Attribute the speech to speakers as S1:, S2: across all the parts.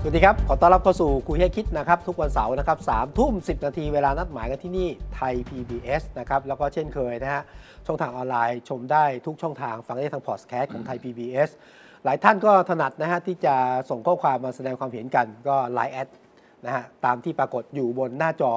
S1: สวัสดีครับ ขอต้อนรับเข้าสู่คุยให้คิดนะครับ ทุกวันเสาร์นะครับสามทุ่มสินาทีเวลานัดหมายกันที่นี่ไทย PBS นะครับ แล้วก็เช่นเคยนะฮะ ช่องทางออนไลน์ชมได้ทุกช่องทางฟังได้ทางพอดแคสต์ของไทย PBS หลายท่านก็ถนัดนะฮะ ที่จะส่งข้อความมาแสดงความเห็นกันก็ Line แอดนะฮะ ตามที่ปรากฏอยู่บนหน้าจอ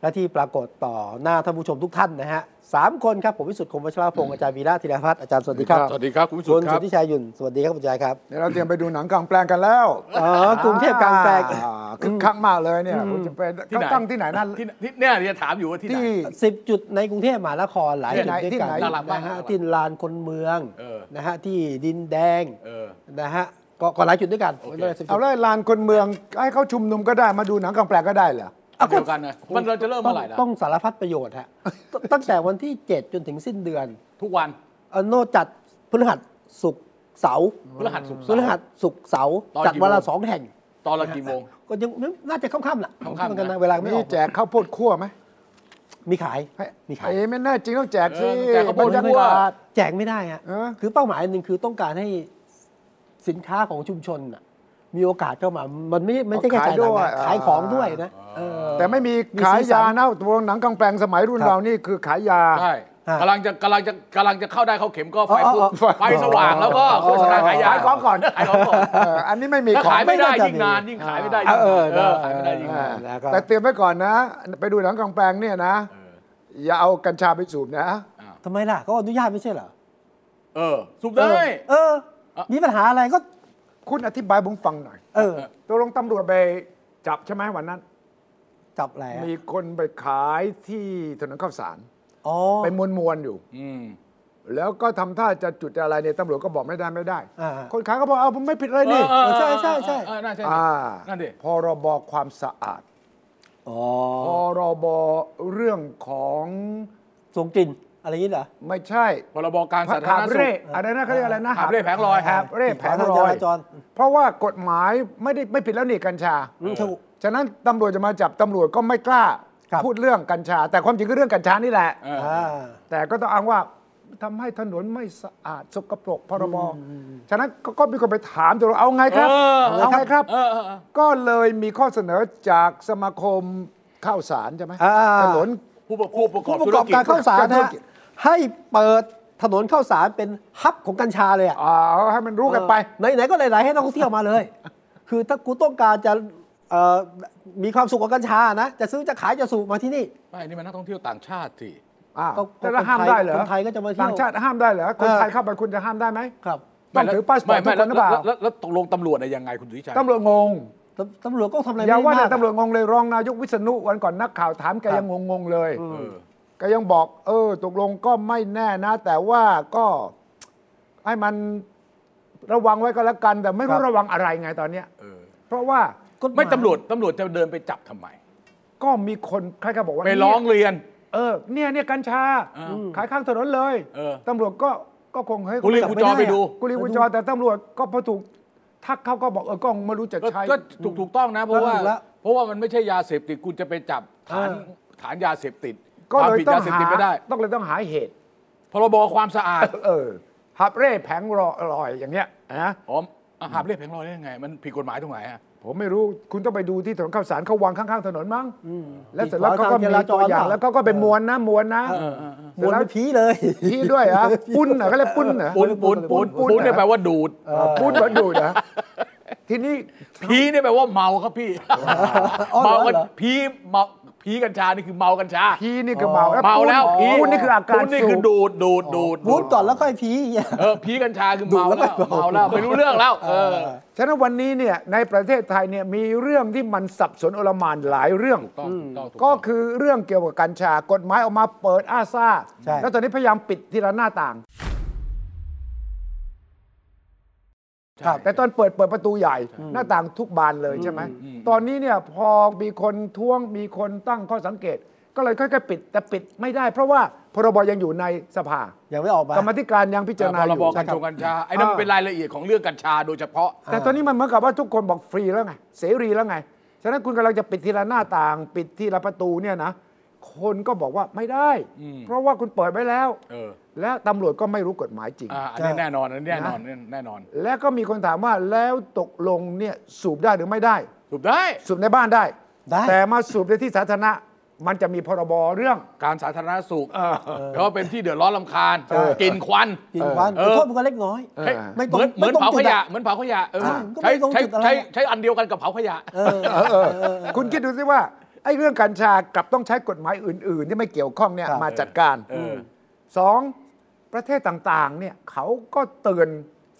S1: และที่ปรากฏต่อหน้าท่านผู้ชมทุกท่านนะฮะสามคนครับผมวิสุทธิ์คมวัชรพงศ์อาจารย์วีระธีรพัฒน์อาจารย์สวัสดีครับ
S2: สวัสดีครับคุณผู้ช
S1: คุ
S2: ม
S1: ณ
S2: ค
S1: สุ
S2: รั
S1: ท
S2: บ
S1: ธิชัยหยุ่นสวัสดีครับคุณชายครับ
S3: เดี๋ยวเราเตรียมไปดูหนังกลางแปลงกันแล้ว
S1: อ๋อกรุงเทพกลางแปลง
S3: อ่าคึกคักมากเลยเนี่ยคุณจะไปเขาตั้งที่ไหนนั่น
S2: ที่ที่เนี่ยเดี๋ยวถามอยู่ว่าที่ไหน
S3: ที่
S1: สิบจุดในกรุงเทพมหานครหลาย
S3: ที่
S1: จุดด้วยกัน
S3: ไหนที่ไหน
S2: หลักๆบ้าง
S1: นะฮะที่ลานคนเมือง
S2: เออ
S1: นะฮะที่ดินแดง
S2: เออ
S1: นะฮะก็ก็หลายจุดด้วยกัน
S2: โอเค
S1: ไม่ป็นไร10จุด
S3: เอาเลยลานคนเมืองให้เขาชุมนุมก็ได้มาดูหนังกลางแปลงก็ได้เหรอ
S2: อันเดียวกันนะมันเราจะเริ่ม
S1: ต้อ
S2: เมื่
S1: ง
S2: อไหร่ล่ะ
S1: ต้องสารพัดประโยชน์ฮะ ตตั้งแต่วันที่ 7 จนถึงสิ้นเดือน
S2: ทุกวัน
S1: อโนจัดพฤหัสศุกร์เสาร์
S2: พฤหัสศุกร์
S1: พ
S2: เสา
S1: ฤ
S2: ร์
S1: หัสศุกร์เสาร์
S2: ตอน
S1: จัด
S2: กี่
S1: วันละ
S2: โมง
S1: สองแห่ง
S2: ตอนละกี่โมง
S1: ก็ยังน่าจะค่ำๆแหละ
S2: ค่ำๆ
S1: เหมือนกันนะ
S2: นะ
S1: เวลาไม่อ
S3: นี่
S1: อก
S3: แจกข้าวโพดคั่วไหม
S1: มีขาย
S3: ให้
S1: มีขาย
S3: เอ้ยไม่แน่จริงต้องแจกสิ
S2: เออแจกข้าวโพดคั่ว
S3: บรรยากาศ
S1: แจกไม่ได้ฮะ
S3: เออ
S1: คือเป้าหมายอันหนึ่งคือต้องการให้สินค้าของชุมชนน่ะมีโอกาสเข้ามา มันไม่ไม่ใช่แค่ขายด้วยนะขายของด้วยนะเออ
S3: แต่ไม่มี
S1: มี
S3: ขา
S1: สี
S3: ย
S1: สัน
S3: ยานะตัวหนังกลางแปลงสมัยรุ่นเรานี่คือขายยา
S2: ใช่
S1: ฮะ
S2: กำลังจะกำลังจะกำลังจะเข้าได้เข้าเข็มก็ไฟ
S1: อ๋ออ๋อ
S2: ปุ๊บไฟสว่างแล้วก็โฆษณาขายยา
S3: ขายของก่อน
S2: ขายของก่อน
S3: เอออันนี้ไม่มี
S2: ถ้า
S3: ของ
S2: ขายไม่ได้
S1: ไม่น่าจะ
S2: ยิ่งนาน
S1: มี
S2: ยิ่งขายไม่ได้
S1: เอ
S2: ยิ่ง
S1: อเออเอ
S2: เอ
S1: อ
S2: อขายไม่ได้ยิ่
S1: เอน
S2: งาน
S1: อนะครับ
S3: แต่เตรียมไว้ก่อนนะ ไปดูหนังกลางแปลงเนี่ยนะ
S2: เออ
S3: อย่าเอากัญชาไปสูบนะ
S1: ทำไมล่ะเขาอนุญาตไม่ใช่เหรอ
S2: เออสูบได้
S1: เออ
S2: เออ
S1: มีปัญหาอะไรก็
S3: คุณอธิบายผมฟังหน่อย
S1: เออ
S3: ตกลงตำรวจไปจับใช่ไหมวันนั้น
S1: จับอะไรอะ
S3: มีคนไปขายที่ถนนข้าวสาร
S1: อ๋อ
S3: ไปมวนมวนๆอยู่
S2: อืม
S3: แล้วก็ทำท่าจะจุดอะไรเนี่ยตำรวจก็บอกไม่ได้ไม่ได้
S1: อ่า
S3: คนขายก็บอกเอาผมไม่ผิดเลยนี่
S2: เออ
S1: ใช่ใช่ใช่
S2: เออน่าใช่
S3: อ่า
S2: นั่นดิ
S3: พรบความสะอาด
S1: อ๋อ
S3: พรบเรื่องของ
S1: ทรงกลิ่นอะไรอย่างนี้เหรอ
S3: ไม่ใช่
S2: พรบการ
S3: พระ
S2: สาธา
S3: หาร บ
S2: ณสุ
S3: เร่
S2: ข
S3: อะไรนะเขาเรียกอะไรนะ
S2: หาบเร่แผงลอย
S3: หาบเร่แผง
S1: ทาง
S3: ล
S1: จ
S3: อย
S1: ราจร
S3: เพราะว่ากฎหมายไม่ได้ไม่ผิดแล้วนี่กัญชา
S1: อืมถูก
S3: ฉะนั้นตำรวจจะมาจับตำรวจก็ไม่กล้า
S1: ครับ
S3: พูดเรื่องกัญชา แต่ความจริงก็เรื่องกัญชานี่แหละ
S2: เออ
S1: อ่า
S3: แต่ก็ต้องอ้างว่าทำให้ถนนไม่สะอาดสกปรกพรบฉะนั้นก็ก็มีคนไปถามตัวเราเอาไงครับ
S2: เออ
S3: เอาไงครับ
S2: เออเออเออ
S3: ก็เลยมีข้อเสนอจากสมาคมข้าวสารใช่ไหม
S1: อ่า
S3: ถนน
S2: ผู้ประกอบผู้ประกอ
S1: ผู้
S2: บ
S1: ประก
S2: ธุร
S1: อบ
S2: กิจ
S1: การข้าวสารนะ
S3: ธุร
S1: ฮะ
S3: กิจ
S1: ให้เปิดถนนข้าวสารเป็นฮับของกัญชาเลยอ่ะ
S3: อ่าเอาให้มันรู้กันไป
S1: เออไหนๆก็ไหนๆให้นักท่องเที่ยวมาเลย คือถ้ากูต้องการจะเอ่อมีความสุขกับกัญชานะ จะซื้อจะขายจะสูบมาที่นี่
S2: ไม่นี่มันนักท่องเที่ยวต่างชาติสิ
S3: อ่า
S1: ก็
S3: แต่ละห้ามได้เหรอ
S1: คนไทยก็จะมาเที่ยว
S3: ต่างชาติห้ามได้เหรอ คน
S1: เออ
S3: ไทยเข้าไปคุณจะห้ามได้ไหม
S1: ครับ
S3: ต้องถือพาสปอร์ตทุ
S2: ไม่
S3: กคนหรือเปล่า
S2: แวแวแล้วตกลงตำรวจเนี่ยยังไงคุณสุทธิชัย
S3: ตำรวจงง
S1: ตำตำรวจก็ทำอะไร
S3: อย่า
S1: ไม่
S3: ว่า
S1: ได้มาก
S3: แต่ตำรวจงงเลยรองนายกวิษณุวันก่อนนักข่าวถามแก
S1: ครับ
S3: ยังงงๆเลย
S2: เออ
S3: แกยังบอก เออ ตกลงก็ไม่แน่นะ แต่ว่าก็ ให้มันระวังไว้ก็แล้วกัน แต่ไม่
S1: ครั
S3: รู้
S1: บ
S3: ระวังอะไรไงตอนเนี้ย
S2: เออ
S3: เพราะว่าก
S1: ฎหาย
S2: ไม่ตำรวจตำรวจจะเดินไปจับทำไม
S3: ก็มีคนใครก็บอกว่า
S2: ไปร้อง
S3: เนี่ย
S2: เรียน
S3: เออเนี่ยเนี่ยกัญชา
S2: อ่า
S3: ขายข้างถนนเลย
S2: เออ
S3: ตำรวจก็ก็คงเฮ้ย
S2: กุลีกุจอไปดู
S3: กุลีกุจอแต่ตำรวจก็พอถูกทักเขาก็บอกเออก็ไม่รู้จะ
S2: ก็
S3: ใช้
S2: ก็ถูกถูกต้องนะ เพราะว่า
S1: ถูกแล้ว
S2: เพราะว่ามันไม่ใช่ยาเสพติดคุณจะไปจับฐาน
S1: เออ
S2: ฐานยาเสพติด
S3: ก็
S2: ความ
S3: เลย
S2: ผิด
S3: ต้อง
S2: ยาเสพ
S3: หา
S2: ติดไม่ได้
S3: ต้องเลยต้องหาเหตุ
S2: พรบความสะอาด
S3: เออหับเร่แผงรอลอยอย่างเงี้ยนะ
S2: อ๋ออาหารเรียกแผงลอยได้ยังไง มันผิดกฎหมายตรงไหนอ่ะ
S3: ผมไม่รู้คุณต้องไปดูที่ถนนข้าวสารเขาวางข้างๆถนนมั้ง
S1: อืม
S3: แล้วเสร็จแล้วเขาก็มีตัวอย่างแล้วเขาก็เป็นมวลนะมวลนะ
S1: มวนเป็นผีเลย
S3: ที่ด้วยเหรอ่ะปุ้นเหรอก็เรียกปุ้นเหรอ
S2: ปุนปุนปุน
S3: ปุ้น
S2: ปุนเนี่ยแปลว่าดูด
S3: เออปุ้นมาดูดนะทีนี้
S2: พีเนี่ยแปลว่าเมาครับพี่
S1: อ๋อ
S2: เมา
S1: เหร
S2: กั
S1: อน เหรอ
S2: พีเมาพีกัญชานี่คือเมากัญชา
S3: พีนี่ก็เมา
S2: เมาแล้วพี
S3: ปุ้นนี่คืออาการ
S2: ปุ้นนี่คือ
S3: สูบ
S2: ดูดดูดดูด
S1: วูดก่อนแล้วค่อยผี เนี่ย
S2: เออพีกัญชาคือเมาแล้
S1: ดูดแล้
S2: ว
S1: วก็
S2: เมาแล้วไม่รู้เรื่องแล้ว เออ
S1: เออ
S3: ฉะนั้นวันนี้เนี่ยในประเทศไทยเนี่ยมีเรื่องที่มันสับสนโอลหมานหลายเรื่อง
S2: ต้องต้องถู
S3: ก็
S2: ต้อง
S3: คือเรื่องเกี่ยวกับกัญชากฎหมายออกมาเปิดอาซา
S1: ใช่
S3: แล้วตอนนี้พยายามปิดทีละหน้าต่าง
S1: ครับ
S3: แต่ตอนเปิดเปิดประตูใหญ่หน้าต่างทุกบานเลยใช่ไหมตอนนี้เนี่ยพอมีคนท้วงมีคนตั้งข้อสังเกต ก็เลยค่อยๆปิดแต่ปิดไม่ได้ เพราะว่าพรบยังอยู่ในสภา
S1: ยังไม่ออกมา
S3: กรรมธิการยังพิจารณา
S2: พ
S3: อ
S2: รบ
S3: ยู่
S2: กัญชงกัญชาไอ้นั่นมันเป็นรายละเอียดของเรื่องกัญชาโดยเฉพาะ
S3: แต่ตอนนี้มันเหมือนกับว่าทุกคนบอกฟรีแล้วไง เสรีแล้วไง ฉะนั้นคุณกำลังจะปิดทีละหน้าต่าง ปิดทีละประตูเนี่ยนะ คนก็บอกว่าไม่ได้
S2: อืม
S3: เพราะว่าคุณเปิดไว้แล้ว
S2: เออ
S3: และตำรวจก็ไม่รู้กฎหมายจริง
S2: อ่ะอันนี้แน่นอนอันนี้แน่นอนแน่นอน
S3: และก็มีคนถามว่าแล้วตกลงเนี่ยสูบได้หรือไม่ได้
S2: ถูกได้
S3: สูบในบ้านได้
S1: ได้
S3: แต่มาสูบในที่สาธารณะมันจะมีพรบเรื่อง
S2: การสาธารณสุขเพราะว่าเป็นที่เดือดร้อนลำคาญ
S3: เออ
S2: กลิ่นควัน
S1: กินควัน
S2: เออ
S1: โทษมันก็เล็กน้อย
S3: เออ
S1: ไม่
S2: เห
S1: ต้อง
S2: มือนเหมือน
S1: ไม่ต้อง
S2: เผาข
S1: จุด
S2: ยะ
S1: อะ
S2: เหมือนเผาขยะเออ
S1: ใช่ก็
S2: ใช้
S1: ไม่ต้อง
S2: ใช้
S1: จุดอะไร
S2: ใช้ใช้อันเดียวกันกับเผาขยะ
S1: เออ
S3: คุณคิดดูสิว่าไอ้เรื่องกัญชากลับต้องใช้กฎหมายอื่น ๆ ที่ไม่เกี่ยวข้องเนี่ย
S1: ครับ
S3: มาจัดการ
S2: เออ
S3: สองประเทศต่างๆเนี่ยเขาก็เตือน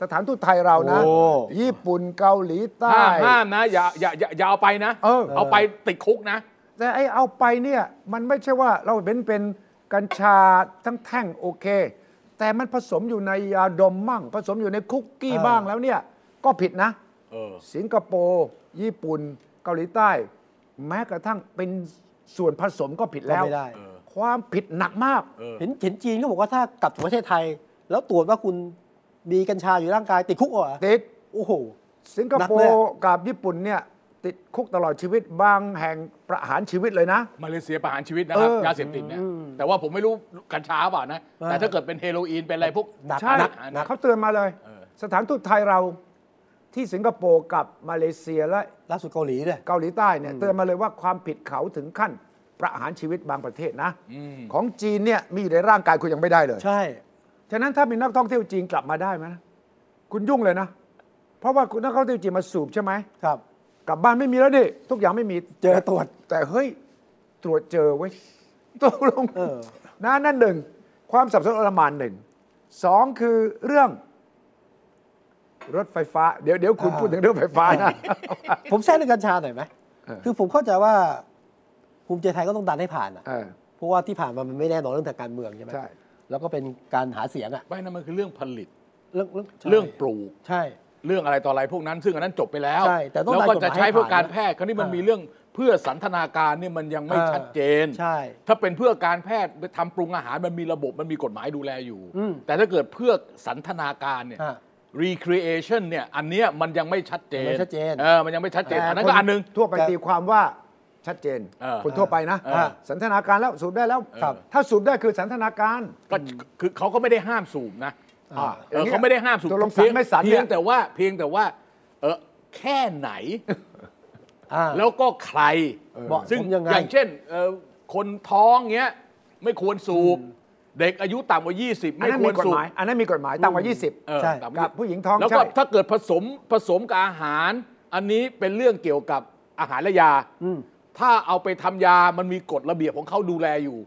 S3: สถานทูตไทยเรานะ
S1: โอ้
S3: ญี่ปุ่นเกาหลีใต้
S2: ห้ามห้ามนะอย่าอย่าอย่าอย่าเอาไปนะ
S3: เออ
S2: เอาไปติดคุกนะ
S3: แต่ไอ้เอาไปเนี่ยมันไม่ใช่ว่าเราเป็นเป็นกัญชาทั้งแท่งโอเค แต่มันผสมอยู่ในยาดมมั่ง ผสมอยู่ในคุกกี้
S1: เออ
S3: บ้างแล้วเนี่ยก็ผิดนะ
S2: เออ
S3: สิงคโปร์ญี่ปุ่น เกาหลีใต้ แม้กระทั่งเป็นส่วนผสมก็ผิด
S1: ก็
S3: แล้ว
S1: ไม่ได้
S2: เออ
S3: ความผิดหนักมาก
S2: เออ
S1: เห็นเห็นจีนก็บอกว่าถ้ากลับถึงประเทศไทย แล้วตรวจว่าคุณมีกัญชาอยู่ในร่างกายติดคุกเหรอ
S3: ติด
S1: โอ้โห
S3: สิงคโป
S1: หนักเลย
S3: ร์
S1: อะ
S3: กับญี่ปุ่นเนี่ย ติดคุกตลอดชีวิตบางแห่งประหารชีวิตเลยนะ
S2: มาเลเซียประหารชีวิตนะครับ
S3: เออย
S2: าเสพติดเนี่ยแต่ว่าผมไม่รู้กัญชาเปล่านะ แต่ถ้าเกิดเป็นเฮโรอีนเป็นอะไรพวก
S1: หนัก
S3: ใช่
S1: หนัก
S2: หนัก
S3: เขาเตือนมาเลย
S2: เออ
S3: สถานทูตไทยเราที่สิงคโปร์กับมาเลเซียและ
S1: ล่าสุดเกาหลีด้วย
S3: เกาหลีใต้เนี่ยเตือนมาเลยว่าความผิดเขาถึงขั้นประหารชีวิตบางประเทศนะ ของจีนเนี่ยมีอยู่ในร่างกายคุณยังไม่ได้เลย
S1: ใช่
S3: ฉะนั้นถ้ามีนักท่องเที่ยวจีนกลับมาได้ไหมนะคุณยุ่งเลยนะ เพราะว่าคุณนักท่องเที่ยวจีนมาสูบใช่ไหม
S1: ครับ
S3: กลับบ้านไม่มีแล้วดิทุกอย่างไม่มี
S1: เจอตรวจ
S3: แต่เฮ้ย ตรวจเจอเว้ย ตกลง
S1: เออ
S3: นะนั่นหนึ่ง ความสับสนอลหมานหนึ่งสองคือเรื่อง รถไฟฟ้า เดี๋ยวเดี๋ยวคุณ
S1: อ่า
S3: พูดถึงเรื่องไฟฟ้านะ
S1: ผมแทรกเรื่องกัญชาหน่อยไหม
S3: เออ
S1: คือผมเข้าใจว่าภูมิใจไทยก็ต้องดันให้ผ่านอะ
S3: เออ
S1: เพราะว่าที่ผ่านมามันไม่แน่นอนเรื่องทางการเมืองใช่ไหม
S3: ใช่
S1: แล้วก็เป็นการหาเสียงอะ
S2: ไม่นั่นมันคือเรื่องผลิต
S1: เรื่องเรื่องใช่
S2: เรื่องปลูก
S1: ใช่
S2: เรื่องอะไรต่ออะไรพวกนั้น ซึ่งอันนั้นจบไปแล้ว
S1: ใช่แต่ต้อง
S2: แล้วก็จะใช้เพื่อ
S1: ตามกฎหมายให้ผ่าน
S2: การแพทย์คราวนี้มัน
S1: อ่ามี
S2: มีเรื่องเพื่อสันทนาการเนี่ยมันยังไม่
S1: อ่า
S2: ชัดเจน
S1: ใช่
S2: ถ้าเป็นเพื่อการแพทย์ทำปรุงอาหารมันมีระบบมันมีกฎหมายดูแลอยู่
S1: อืม
S2: แต่ถ้าเกิดเพื่อสันทนาการเนี่ย
S1: ฮะ
S2: recreation เนี่ยอันเนี้ยมันยังไม่ชัดเจน
S1: ยังไม่ชัดเจน
S2: เออมันยังไม่ชัดเจนอันนั้น
S3: ค
S2: ก็อันหนึง
S3: ทั่วไป
S1: แต่
S3: ตีความว่าชัดเจน
S2: เออ
S3: คนทั่วไปนะ
S2: เออ
S3: สันทนาการแล้วสูบได้แล้ว
S1: ครับ
S3: ถ้าสูบได้คือสันทนาการ
S2: ก็คือเขาก็ไม่ได้ห้ามสูบนะ
S3: อ่า
S2: เออเขาไม่ได้ห้ามสูบ
S3: ตกลงสัน
S2: เพียง
S3: ไม่สันเนี่ย
S2: เพียงแต่ว่าเพียงแต่ว่าเออแค่ไหน
S1: อ่า
S2: แล้วก็ใคร
S1: เหมาะสม
S2: ซึ่ง
S1: ยังไง
S2: อย่างเช่นเอ่อคนท้องเงี้ยไม่ควรสูบ เด็กอายุต่ำกว่า 20
S3: อัน
S2: ไม่
S3: นั้น
S2: ค
S3: มี
S2: วร
S3: กฎ
S2: สูบ
S3: หมาย อันนั้นมีกฎหมายต่ำกว่า 20
S2: เออ
S1: ใช่
S2: ต่ำ
S3: กับผู้หญิงท้อง
S2: แล้ว
S3: ใช่
S2: ก็ถ้าเกิดผสมผสมกับอาหาร อันนี้เป็นเรื่องเกี่ยวกับอาหารและยา
S1: อืม
S2: ถ้าเอาไปทำยามันมีกฎระเบียบของเขาดูแลอยู่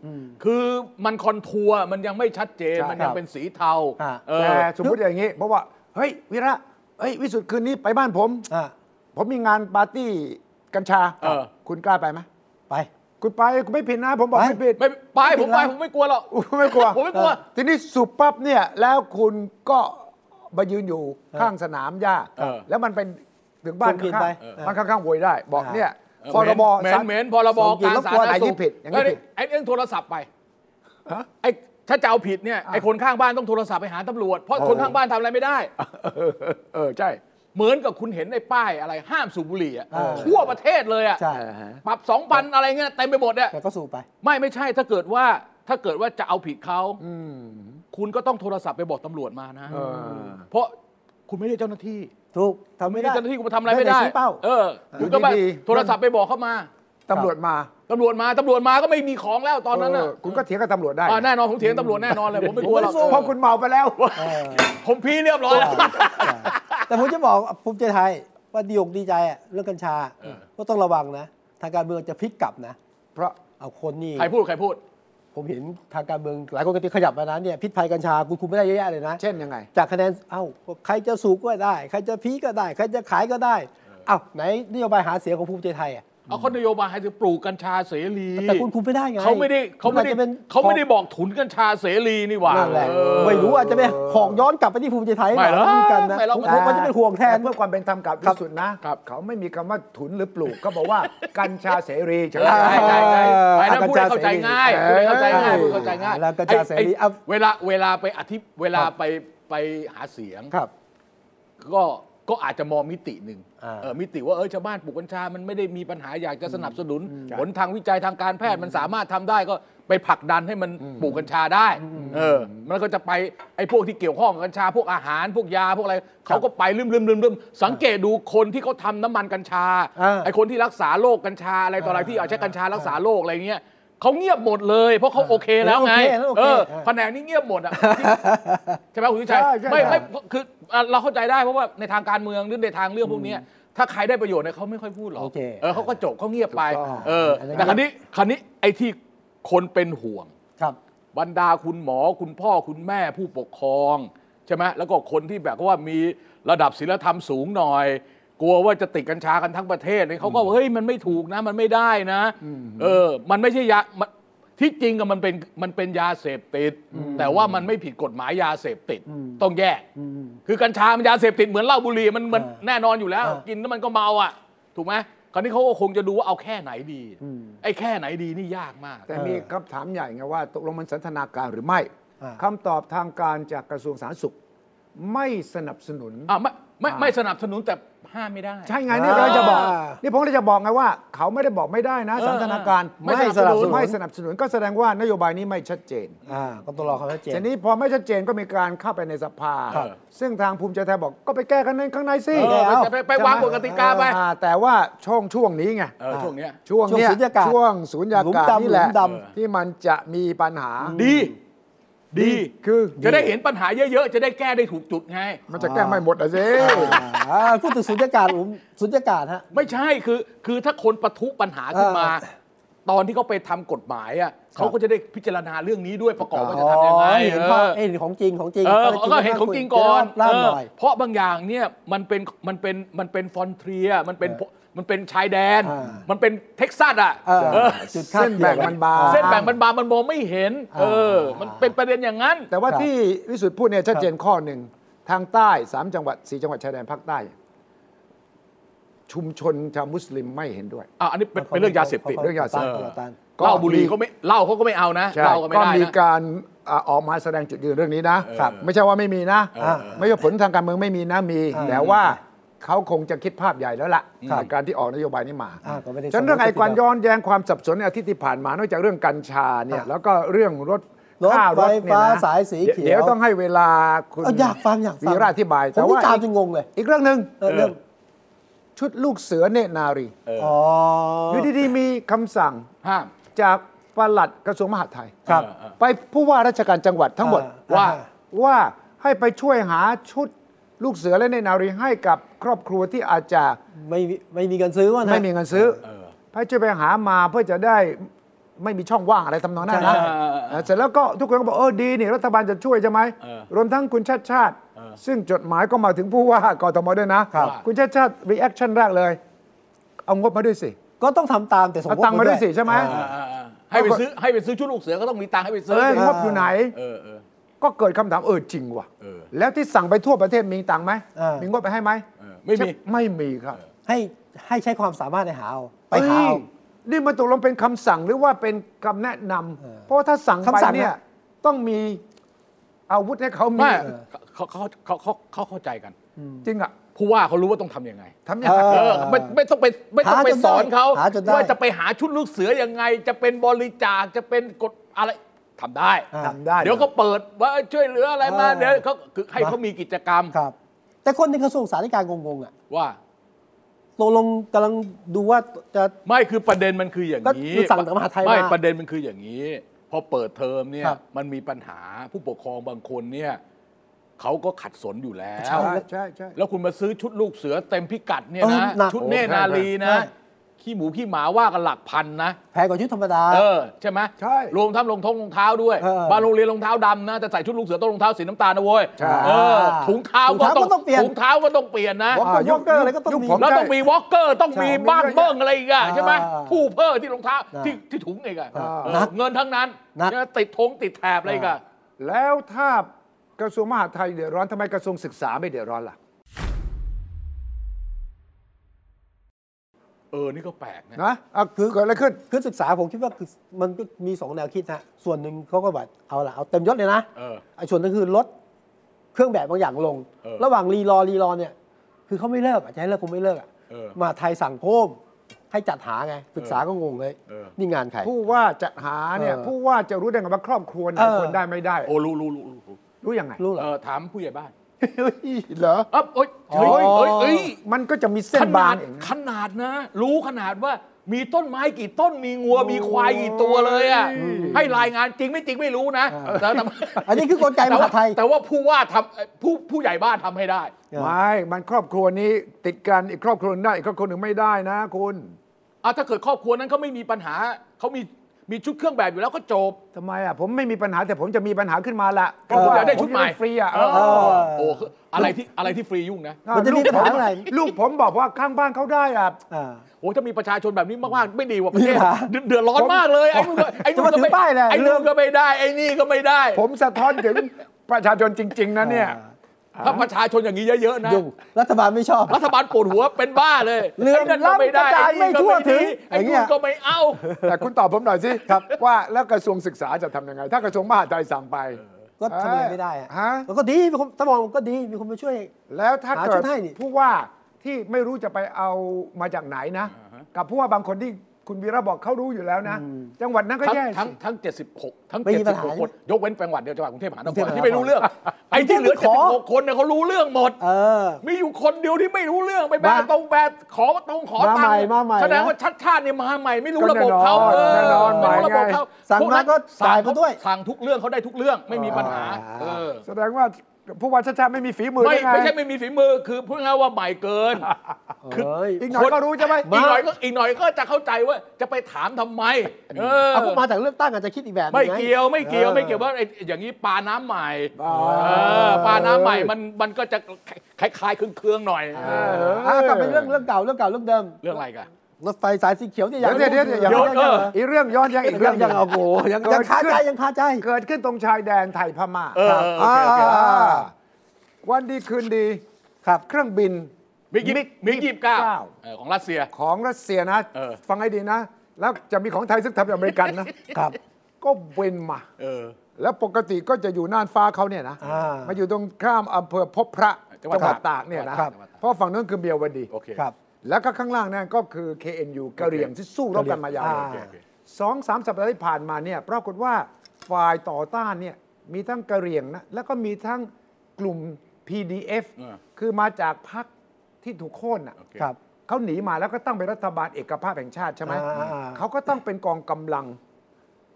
S2: คือมันคอนทัวร์มันยังไม่ชัดเจน
S3: ใช่
S2: มันยังเป็นสีเทา
S1: อ่า
S2: เอ
S3: แต่
S2: อ
S3: สมมติอย่างนี้ เพราะว่า เฮ้ย วิระเฮ้ย วิสุทธ์คืนนี้ไปบ้านผม
S1: อ่า
S3: ผมมีงานปาร์ตี้กัญชา
S2: เออ
S3: คุณกล้าไปไหม
S1: ไป
S3: คุณไปคุณไม่ผิดนะ ผมบอก
S1: ไป
S3: ไม่ผิด
S2: ไม่ไปผมไป
S1: ไม่เป็นไร
S2: ผมไม่กลัวหรอก
S3: ผมไม่กลัว
S2: ผมไม่กลัว
S3: ทีนี้สูบปั๊บเนี่ย แล้วคุณก็มายืนอยู่ข้างสนามหญ้า
S2: เออ
S3: แล้วมันเป็นถึงบ้าน
S1: สูบกิน
S3: ข้าง
S1: ไป
S3: ๆบ้านข้างๆโวยได้ บอกเนี่ยพรบ
S2: เหม็นเหม็นพรบ
S3: ส่งกลิ่น
S2: การ
S3: รบ
S2: สาก
S3: ว
S2: ธา
S3: น
S2: รณ
S3: ไหน
S2: สุ
S3: ที่
S2: ข
S3: ผิดอย่างนี้
S2: เอ้ย
S3: ผิด
S2: ไอ้เรื่องโทรศัพท์ไป
S3: ฮะ
S2: ไอ้ถ้าจะเอาผิดเนี่ย
S3: อ่ะ
S2: ไอ้คนข้างบ้านต้องโทรศัพท์ไปหาตำรวจ เพราะคนข้างบ้านทำอะไรไม่ได้
S3: เออเออเออใช่
S2: เหมือนกับคุณเห็นในป้ายอะไรห้ามสูบบุหรี่อะ
S1: เออ
S2: ทั่วประเทศเลยอะ
S1: ใช่
S2: ปรับสองพันอะไรเงี้ยเต็มไปหมดเนี่ย
S1: แต่ก็สู้ไป
S2: ไม่ไม่ใช่ถ้าเกิดว่าถ้าเกิดว่าจะเอาผิดเขาคุณก็ต้องโทรศัพท์ไปบอกตำรวจมานะ
S3: เออ
S2: เพราะคุณไม่ได้เจ้าหน้าที่
S1: ถูกทำไม่
S2: ไม่
S1: ได้
S2: ได้เจ้าหน้าที่คุณมาทำอะไรไม่ได้
S1: ได้แต่ชี้เป้า
S2: เออคุณก็ไป
S3: อยู่ดีๆ
S2: โทรศัพท์ไปบอกเขามา
S3: ตำรวจมา
S2: ตำรวจมาตำรวจมาก็ไม่มีของแล้วตอนนั้น
S3: เอ
S2: น่ะ
S3: อคุณก็เถียงกับตำรวจได้
S2: อ่าแน่นอนผมเถียงตำรวจแน่นอนเลยผมไม่กลัวหรอก
S3: เพราะคุณเมาไปแล้ว
S1: เออ
S2: ผมพี่เรียบร้อยแล้ว
S1: ใช่แต่ผมจะบอกภูมิใจไทยว่าดีอกดีใจอะเรื่องกัญชา
S2: เออ
S1: ก็ต้องระวังนะ ทางการเมืองจะพลิกกลับนะ
S3: เพราะ
S1: เอาคนนี่
S2: ใครพูดใครพูด
S1: ผมเห็นทางการเมืองหลายคนก็ติดขยับมานะเนี่ยพิษภัยกัญชากูคุมไม่ได้เยอะแยะเลยนะ
S3: เช่นยังไง
S1: จากคะแนน เอ้าใครจะสูบก็ได้ ใครจะพีก็ได้ ใครจะขายก็ได้ เอ้าไหนนโยบายหาเสียงของภูมิใจไทยอ่ะ
S2: เอาเขานโยบายให้ปลูกกัญชาเสรี
S1: แต่คุณคุมไม่ได้ไง
S2: เขาไม่ได้เขาไม่
S1: อจ
S2: ได้
S1: จะป็น
S2: เขาไม่ได้บอกถุนกัญชาเสรีนี่หว่า
S1: นั่นแหละ
S2: เออ
S1: ไม่รู้อาจจะไปหอกย้อนกลับไปที่ภูมิใจไทย
S2: ไม่หรอก
S1: คุยกันนะ
S2: ไม่หรอก
S1: ผมผมก็จะเป็นห่วงแทน
S3: เพื่อความเป็นธรรมกับ
S1: ครั
S3: ที่
S1: บ
S3: สุดนะครับ เขาไม่มีคำว่าถุนหรือปลูกก็บอกว่า กัญชาเสรีเฉย
S2: ใช่ใช่ใช่ไปนะพูดให้เข้าใจง่าย
S3: เอ
S2: พูดให้
S3: อ
S2: เข้าใจง่ายพูดให้เข้าใจง่าย
S1: แล้วก็จะเสรี
S2: ไอ้ไอ้
S1: เอา
S2: เวลาเวลาไปอธิบเวลาไปไปหาเสียง
S1: ครับ
S2: ก็ก็อาจจะมองมิติหนึ่ง
S1: อ่า
S2: เออมิติว่าเออชาวบ้านปลูกกัญชา มันไม่ได้มีปัญหาอยากจะสนับสนุน
S1: ครับ
S2: ผลทางวิจัยทางการแพทย์มันสามารถทำได้ก็ไปผลักดันให้มันปลูกกัญชาได้เออมันก็จะไปไอ้พวกที่เกี่ยวข้องกับกัญชา พวกอาหารพวกยาพวกอะไรเขาก็ไปลืมลืมลืมลืมสังเกตดูคนที่เขาทำน้ำมันกัญชา
S1: อ่า
S2: ไอ้คนที่รักษาโรคกัญชาอะไรต่ออะไรที่เอาใช้กัญชารักษาโรคอะไรเงี้ยเขาเงียบหมดเลยเพราะเขาโอเคแล้วไง
S1: โอเคแล้วโอเค
S2: เออ
S1: อ่า
S2: แผนกนี้เงียบหมดอ่ะ ใช่ไหมคุณวิชัย
S3: ใช่ใช่
S2: ไม่
S3: ใช่
S2: ไม่คืออ่ะเราเข้าใจได้เพราะว่าในทางการเมืองหรือในทางเรื่องพวกเนี้ยถ้าใครได้ประโยชน์เนี่ยเขาไม่ค่อยพูดหรอก
S1: โอเค
S2: เออเขาก็จบเขาเงียบไป
S1: ถูกต้อง
S2: เอออน
S1: นั้น
S2: แต่คราวนี้คราวนี้ไอ้ที่คนเป็นห่วง
S1: ครับ
S2: บรรดาคุณหมอคุณพ่อคุณแม่ผู้ปกครองใช่ไหมแล้วก็คนที่แบบว่ามีระดับศีลธรรมสูงหน่อย กลัวว่าจะติดกัญชากันทั้งประเทศเนี่ยเขาก็เฮ้ยมันไม่ถูกนะมันไม่ได้นะเออ มันไม่ใช่ยามันที่จริงอะมันเป็นมันเป็นยาเสพติด แต่ว่ามันไม่ผิดกฎหมายยาเสพติดต้องแยก คือกัญชามันยาเสพติดเหมือนเหล้าบุหรี่มันมัน
S1: อ่า
S2: แน่นอนอยู่แล้ว
S1: อ่ากิ
S2: กินแล้วมันก็เมาอ่ะ ถูกไหมคราวนี้เขาก็คงจะดูว่าเอาแค่ไหนดี
S1: อืม
S2: ไอ้แค่ไหนดีนี่ยากมาก
S3: แต่มีคำถามใหญ่ไงว่าตกลงมันสันทนาการหรือไม่
S1: อ่า
S3: คำตอบทางการจากกระทรวงสาธารณสุข ไม่สนับสนุน
S2: อ่ะไม่ไม่ไม่สนับสนุนแต่ห้ามไม่ได้
S3: ใช่ไงนี่เราจะบอก
S1: อ่า
S3: นี่ผมเลยจะบอกไงว่า เขาไม่ได้บอกไม่ได้นะ
S2: เออ
S3: สันทนาการ
S2: เออไม่สนับสนุน
S3: ไม่สนับสนุนก็แสดงว่านโยบายนี้ไม่ชัดเจน
S1: อ่าก็ต้องรอความชัดเจน
S3: ทีนี้พอไม่ชัดเจนก็มีการเข้าไปในสภา
S2: ครับ
S3: ซึ่งทางภูมิใจไทยบอกก็ไปแก้กันในข้างในสิ
S2: เออไปไปไป
S3: ใช่หม
S2: วางกฎกติกาไป
S3: อ่แต่ว่าช่วงช่วงนี้ไง
S2: เออช่วงเนี้ย
S3: ช่วงเนี้
S1: ช่วงสุญญากาศ
S3: ช่วงศูนย์ยา
S1: หลุม
S3: กาศ
S1: ดำ
S3: นี่แห
S1: ห
S3: ละ
S1: ลุมดำ
S3: ที่มันจะมีปัญหา
S2: ดี ดี
S3: คือ
S2: จะได้เห็นปัญหาเยอะๆ จะได้แก้ได้ถูกจุดไง
S3: มันจะแก้ไม่หมดอ่ะสิ
S1: อ่าพูดถึงสุญญากาศผมสุญญากาศฮะ
S2: ไม่ใช่คือ คือถ้าคนประทุปัญหาขึ้นมา ตอนที่เขาไปทำกฎหมายอ่ะเขาก็จะได้พิจารณาเรื่องนี้ด้วยประกอบว่าจะทำยังไง
S1: อ๋อเห็นภาพ
S2: เออ
S1: เอ้ยเห็นของจริงของจริง
S2: เออก็เห็นของจริงก่อน
S1: ล่ามหน่อย
S2: เออเพราะบางอย่างเนี่ยมันเป็นมันเป็นมันเป็นฟอนเทียมันเป็นมันเป็นชายแดน
S1: อ่ามั
S2: มันเป็นเท็กซัสอ่ะ
S1: เออ
S2: เออ
S1: จุดคา
S3: เส้
S1: ด
S3: น
S1: เกี่ยว
S3: แบ่งมันบาง
S2: เส้นแบ่งมันบางมันมองไม่เห็น เออ มันเป็นประเด็นอย่างนั้น
S3: แต่ว่า
S1: ครับ
S3: ที่วิสุทธ์พูดเนี่ยชัดเจนข้อหนึ่ง ทางใต้สามจังหวัดสี่จังหวัดชายแดนภาคใต้ ชุมชนชาวมุสลิมไม่เห็นด้วย
S2: อ่ะอันนี้เป็นเป็นเรื่องยาเสพติด
S1: ข
S3: เรื่องยาเสพติด
S1: ขอต้าน
S2: เหล้าบุหรี่ก็ไม่เหล้าเขาก็ไม่เอานะเหล้าก็ไม่
S3: ก็
S2: ได้
S3: มี
S2: นะ
S3: การอ่าออกมาแสดงจุดยืนเรื่องนี้นะ
S2: ครับ
S3: ไม่ใช่ว่าไม่มีนะ
S1: อ่า
S3: ไม่ใช่ผลทางการเมืองไม่มีนะมี
S1: อ่า
S3: แต่ว่าเขาคงจะคิดภาพใหญ่แล้วล่ะ
S1: ครับ
S3: จากการที่ออกนโยบายนี้มา
S1: อ่าก็ไม่ได้
S3: ฉะนันเรื่องไอ้การ
S1: สำนึก
S3: ย้อนแย้งความสับสนในอาทิตย์ที่ผ่านมานอกจากเรื่องกัญชาเนี่ย
S1: อ่า
S3: แล้วก็เรื่องรถ
S1: รถ
S3: ค่ารถเนี่ย
S1: ไฟ
S3: นะ
S1: ฟ้าสายสีเขียว
S3: เดี๋ยวต้องให้เวลาคุณ
S1: เอาอยากฟังอยากฟั
S3: วีระอธิบาย
S1: ผม
S3: แต่
S1: ที่
S3: ว่า
S1: ตามจนงงเลย
S3: อีกเรื่องหนึ่ง
S1: เออเรื่อง
S3: ชุดลูกเสือเนตรนารี
S2: เออ
S1: อ๋อ
S3: อ
S1: อ
S3: ยู่ดีๆมีคำสั่ง
S2: ห้าม
S3: จากปลัดกระทรวงมหาดไทย
S1: ครับ
S2: เออ
S3: ไปผู้ว่าราชการจังหวัดทั้งหมด
S1: อ่า
S3: ว่า
S1: อ่า
S3: ว่าให้ไปช่วยหาชุดลูกเสือและในนารีให้กับครอบครัวที่อาจจะ
S1: ไม่มีไม่มีเงินซื้อวะนะ
S3: ไม่มีเงินซื้อ
S2: เออ
S3: ให้ช่วยไปหามาเพื่อจะได้ไม่มีช่องว่างอะไรทำนองนั้นนะ
S2: ใช่เออเออเออ
S3: เสร็จแล้วก็ทุกคนก็บอกเออดีนี่รัฐบาลจะช่วยใช่ไหม
S2: เออ
S3: รวมทั้งคุณชาติชาติ
S2: เออ
S3: ซึ่งจดหมายก็มาถึงผู้ว่ากทมด้วยนะครับ คุณชาติชาติรีแอคชั่นแรกเลย เอางบมาด้วยสิ
S1: ก็ต้องทำตามแต่สม
S3: เอา
S1: มติ
S3: ตังค์มาด้วยสิใช่ไหม
S2: เออเออเออให้ไปซื้อให้ไปซื้อชุดลูกเสือก็ต้องมีตังค์ให้ไป
S3: เอ
S2: ซื้อ
S3: องบอยู่ไหน
S2: เออเออ
S3: ก็เกิดคำถามเออจริงว่ะ
S2: เออ
S3: แล้วที่สั่งไปทั่วประเทศมีตังค์ไหม มีงบไปให้ไหม
S2: เออไม่มี
S3: ใช่ไม่มีครับ
S1: ให้ให้ใช้ความสามารถในหาเอาไปหา
S3: เอ้
S1: เอา
S3: ยนี่มันตกลงเป็นคำสั่งหรือว่าเป็นคำแนะนำ
S1: เออ
S3: เพราะว่าถ้าสั่งไป
S1: คำสั่งนะ
S3: เนี่ยต้องมีอาวุธให้เขามี
S2: ไม่เขาเขาเขาเขาเขาเข้าใจกัน
S3: จริงอ่ะ
S2: ผู้ว่าเขารู้ว่าต้องทำยังไง
S3: ทำยังไง
S1: เอ
S2: เออไม่ไม่ต้องไปไม่ต้อง
S1: หาจน
S2: ไปสอน
S1: ได้
S2: เขา
S1: หาจนได้
S2: ว่าจะไปหาชุดลูกเสือยังไง จะเป็นบริจาคจะเป็นกฎอะไรทำได้
S1: อ่า
S3: ทำได้
S2: เดี๋ยวเขาเปิดว่าช่วยเหลืออะไรมา
S1: เออ
S2: เดี๋ยวเขาคือให้เขามีกิจกรรม
S1: ครับ แต่คนในกระทรวงสาธารณการงงๆอ่ะ
S2: ว่า
S1: ตกลงกำลังดูว่าจะ
S2: ไม่คือประเด็นมันคืออย่างนี้
S1: ก็สั่งจากมหาไทยมา
S2: ไม่ประเด็นมันคืออย่างนี้ พอเปิดเทอมเนี่ย
S1: ครับ
S2: มันมีปัญหาผู้ปกครองบางคนเนี่ยเขาก็ขัดสนอยู่แล้
S3: ใช่
S2: ว
S3: ใช่ใช่
S2: แล้วคุณมาซื้อชุดลูกเสือเต็มพิกัดเนี่ย
S1: เออ
S2: นะ
S1: หนัก
S2: ชุดเน่นารี
S1: ใช่
S2: นะ ขี้หมูขี้หมาว่ากันหลักพันนะ
S1: แพงกว่าชุดธรรมดา
S2: เออใช่ไหม
S3: ใช่
S2: รวมทั้งรองท้องรองเท้าด้วย
S1: เออบ
S2: างโรงเรียนรองเท้าดำนะแต่ใส่ชุดลูกเสือต้องรองเท้าสีน้ำตาลนะเว้ย
S1: ใช่
S2: เออถุงเท้าก็
S1: ถุงเท้าก็ต้องเปลี่ยน
S2: ถุงเท้าก็ต้องเปลี่ยนนะ
S1: วอล
S3: ายุ
S1: เกอร์อะไรก็ต้อง
S3: ยุ
S1: มี
S3: คผม
S2: แล้วต้องมีวอล์กเกอร์ต้องมี
S3: ใช่
S2: บ้าน
S3: มีเยอะแยะ
S2: เบิ้งอะไรอีกอะใช่ไหม
S1: อ่า
S2: ผู้เพ้อที่รองเท้า
S1: อ่า
S2: ที่ที่ถุงอีกอะ
S3: อ่า
S2: เออ
S1: นัก
S2: เงินทั้งนั้น
S1: นัก
S2: เนี่ยติดธงติดแถบอะไรอีกอะ
S3: แล้วถ้ากระทรวงมหาดไทยเดือดร้อนทำไมกระทรวงศึกษาไม่เดือดร้อนล่ะ
S2: เออ นี่ก็แปลกนะ
S3: นะอ่ะคือเกิดอะไรขึ้น
S1: คือศึกษาผมคิดว่าคือมันก็มีสองแนวคิดฮะส่วนหนึ่งเขาก็แบบเอาละเอาเต็มยศเลยนะ
S2: เออ
S1: ไอ้ส่วนหนึงคือลดเครื่องแบบบางอย่างลง
S2: เออ
S1: ระหว่างรีรอรีรอเนี่ยคือเขาไม่เลิกอาจจะให้เลิกคงไม่เลิกอ่ะ
S2: เออ
S1: มหาไทยสั่งโคมให้จัดหาไงศึกษาก็งงเลย
S2: เออ
S1: นี่งานใคร
S3: ผู้ว่าจัดหาเนี่ย
S1: เออ
S3: ผู้ว่าจะรู้ได้ไงว่าครอบครัวไหน
S1: เออ
S3: คนได้ไม่ได้
S2: โอ้รู้รู้รู้รู้
S3: รู้ยังไง
S1: รู้เหรอ
S2: เออถามผู้ใหญ่บ้าน
S3: เหรอ
S2: เอ๊บเอ้ยเฮ้ย
S1: อ๋อ
S2: เฮ้ยเฮ้ย
S3: มันก็จะมีเส้
S2: ข
S3: น
S2: นา
S3: บาง
S2: ด
S3: เองนะ
S2: ขนาดนะ รู้ขนาดว่ามีต้นไม้กี่ต้นมีงัวมีควายกี่ตัวเลยอ่ะให้รายงานจริงไม่จริงไม่รู้นะแต่แต่
S1: อันนี้คือกลไกม
S2: แต่ว่า
S1: หาไทย
S2: แต่ว่าผู้ว่าทำเอ่อผู้ผู้ใหญ่บ้านทำให้ได้
S1: เออ
S3: ไม่ มันครอบครัวนี้ติดกันอีกครอบครัวหนึ่งได้อีกครอบครัวหนึ่งไม่ได้นะคุณ
S2: อ่ะถ้าเกิดครอบครัวนั้นเขาไม่มีปัญหาเขามีมีชุดเครื่องแบบอยู่แล้วก็จบ
S3: ทำไมอ่ะผมไม่มีปัญหาแต่ผมจะมีปัญหาขึ้นมาละ
S2: ก็ผมอยากได้ชุดใหม่
S3: ผจะฟรีอ่ะ
S2: เอ
S3: เออ
S2: อโอ้คืออะไรที่อะไรที่ฟรียุ่งนะ
S1: มันจะมีปัญหาอะไร
S3: ลูกผมบอกว่าข้างบ้านเขาได้อ่ะ
S1: อ่า
S2: โอ้ถ้ามีประชาชนแบบนี้มากๆไม่ดี กว่าประเทศ
S1: มีปัญหา
S2: เดือดเดือดร้อนมากเลยไอ้นู่นก็ไอ้นู่นก็
S1: จะมาถื
S2: ไม่
S1: อป้ายเลย
S2: ไอ้นู่นก็ไม่ได้ไอ้นี่ก็ไม่ได้
S3: ผมสะท้อนถึง ประชาชนจริง ๆ นะเนี่ย
S2: ถ้าประชาชนอย่างนี้เยอะๆนะ
S1: ยุ่งรัฐบาลไม่ชอบ
S2: รัฐบาลปวดหัวเป็นบ้าเลย
S1: เรื่อง
S2: ไนั่นก็ไม่ได้
S1: ล้ำกระจาย
S2: อ้นี่
S1: ไม่
S2: ก็
S1: ทั่วถึง
S2: ดีไอ้
S1: อย่างเงี้
S2: นู่น
S1: ย
S2: ก็ไม่เอา
S3: แต่คุณตอบผมหน่อยสิครับว่าแล้วกระทรวงศึกษาจะทำยังไง ถ้ากระทรวงมหาดไทยสั่งไป
S1: ก็ทำอะไรไม่ได้อะ
S3: ฮะ
S1: มันก็ดีมีคนถ้ามองมันก็ดีมีคนมาช่วย
S3: แล้วถ้า
S1: หา
S3: เกิ
S1: ชุ
S3: ด
S1: ดให้นี่
S3: ผู้ว่าที่ไม่รู้จะไปเอามาจากไหนนะ กับผู้ว่าบางคนที่คุณวีระบอกเขารู้อยู่แล้วนะ จังหวัดนั้นก็
S2: ทั้ง
S3: แย่
S2: ทั้ง
S3: สิ
S2: ทั้ง 76 ทั้ง
S1: ไม่มีปัญหา
S2: 76 คน ยกเว้นจังหวัดเดียวจังหวัดกรุงเทพมหาน
S1: กรุ
S2: ค
S1: งเทพ
S2: ร
S1: มหานคร
S2: ที่ไม่รู้เรื่อง ไอ้ที่เหลือ 76 คนเนี่ยเขารู้เรื่องหมด
S1: เออ
S2: มีอยู่คนเดียวที่ไม่รู้เรื่องไปแบก
S1: มา
S2: ตรงแบกขอตรงขอตัง
S1: มาใหม่
S2: ค์
S1: มาใหม่
S2: แสดงว่าชัดชาติเนี่ยมาใหม่ไม่รู้ระบบเขา
S3: ก็แน่นอน
S2: เไม่รู้
S3: แน่นอน
S2: ระบบเขา
S3: หมา
S1: ไงสั่ง
S3: ย
S2: พวนั้น
S1: มาก็จ่ายมาด้วย
S2: สั่งทุกเรื่องเขาได้ทุกเรื่องไม่มีปัญหา
S1: อ่า
S2: เออ
S3: แสดงว่าผู้ว่าชาติชาติไม่มีฝีมือ
S2: ไม่
S3: ด้ง
S2: ไม่ใช่ไม่มีฝีมือคือพูดง่ายๆว่าใหม่เกิน
S1: เอ้ย
S3: อีกหน่อยก็รู้ใช่ไหม
S2: อีกหน่อยก็อีกหน่อยก็จะเข้าใจว่าจะไปถามทำไมเออ
S1: เอาพวกมาจากเลือกตั้งอาจจะคิดอีกแบบหนึ่
S2: ไม่
S1: งง
S2: เกี่ยวไม่เกี่ยวไม่เกี่ยวว่าไอ้อย่างนี้ปลาน้ำใหม่
S1: อ๋อ
S2: เออปลาน้ำใหม่มันมันก็จะคล้ายๆเครื่องๆหน่อย
S3: เออ
S1: อ่ะกลับไปเรื่องเรื่องเก่าเรื่องเก่าเรื่องเดิม
S2: เรื่องอะไรกัน
S1: รถไฟสายสีเขียวเนี่ย
S3: เดี๋ยวเดี๋ยวเดี๋ยวเดี๋ยวอย่า
S2: เดี๋ยว
S3: เพิ่ง
S2: เออ
S3: อีเรื่องย้อนแยังอีกเรื่
S1: ยั
S3: อง ง
S1: ยังเอาโหยังยังคาใจยังคาใจ
S3: เกิดขึ้นตรงชายแดนไทยพม่า
S2: เออโอเคโอเค
S3: อ่าวันดีคืนดี
S1: ครับ
S3: เครื่องบิน
S2: มิกยิบมิกยิบเก้า
S3: 29
S2: เออของรัสเซีย
S3: ของรัสเซียนะ
S2: เออ
S3: ฟังให้ดีนะ แล้วจะมีของไทยซึ่งทำจากอเมริกันนะครับ ก็เวนมา
S2: เออ
S3: แล้วปกติก็จะอยู่น่านฟ้าเขาเนี่ยนะ
S1: อ่าม
S3: มาอยู่ตรงข้ามอำเภอพบพระ
S2: จังหวัด
S3: ตากเนี่ยนะครับ เพราะฝั่งนั้นคือเมียวดี
S2: โอเค
S1: ครับ
S3: แล้วก็ข้างล่างนั่นก็คือ KNU กะเหรี่ยงที่สู้รบกันมายาว
S1: อ่า
S3: เลยสองสามสัปดาห์ที่ผ่านมาเนี่ยปรากฏว่าฝ่ายต่อต้านเนี่ยมีทั้งกะเหรี่ยงนะแล้วก็มีทั้งกลุ่ม PDF
S2: อ่า
S3: คือมาจากพรรคที่ถูกโค่นอ่ะ
S2: โอเค
S1: ครับ
S3: เขาหนีมาแล้วก็ตั้งเป็นรัฐบาลเอกภาพแห่งชาติใช่ไหม
S1: อ่า
S3: เขาก็ตั้งเป็นกองกำลัง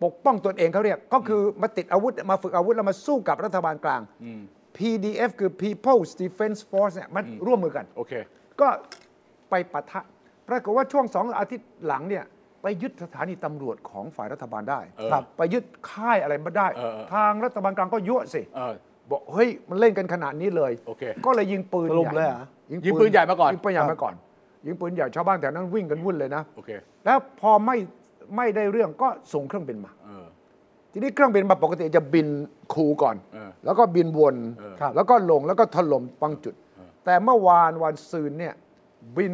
S3: ปกป้องตนเองเขาเรียก ก็คือมาติดอาวุธมาฝึกอาวุธแล้วมาสู้กับรัฐบาลกลาง
S2: อืม
S3: PDF คือ People's Defense Force เนี่ยมันร่วมมือกัน
S2: โอเค
S3: ก็ไปปะทะ ปรากฏว่าช่วงสองอาทิตย์หลังเนี่ย ไปยึดสถานีตำรวจของฝ่ายรัฐบาลได้
S2: เออ
S3: ครับ ไปยึดค่ายอะไรไม่ได้
S2: เออเออ
S3: ทางรัฐบาลกลางก็ยั่วสิ
S2: เออ
S3: บอกเฮ้ย มันเล่นกันขนาดนี้เลย
S2: โอเค
S3: ก็เลยยิงปืน
S1: สรุปเลยเหรอ
S2: ยิงปืนใหญ่มาก่อน
S3: ยิงปืนใหญ่มาก่อน ยิงปืนใหญ่ชาวบ้านแถวนั้นวิ่งกันวุ่นเลยนะ
S2: โอเค
S3: แล้วพอไม่ไม่ได้เรื่องก็ส่งเครื่องบินมา
S2: เออ
S3: ทีนี้เครื่องบินมาปกติจะบินคูก่อน
S2: เออ
S3: แล้วก็บินวน
S2: เออ
S1: ครับ
S3: แล้วก็ลงแล้วก็ถล่มบางจุด แต่เมื่อวานวันซืนเนี่ยบิน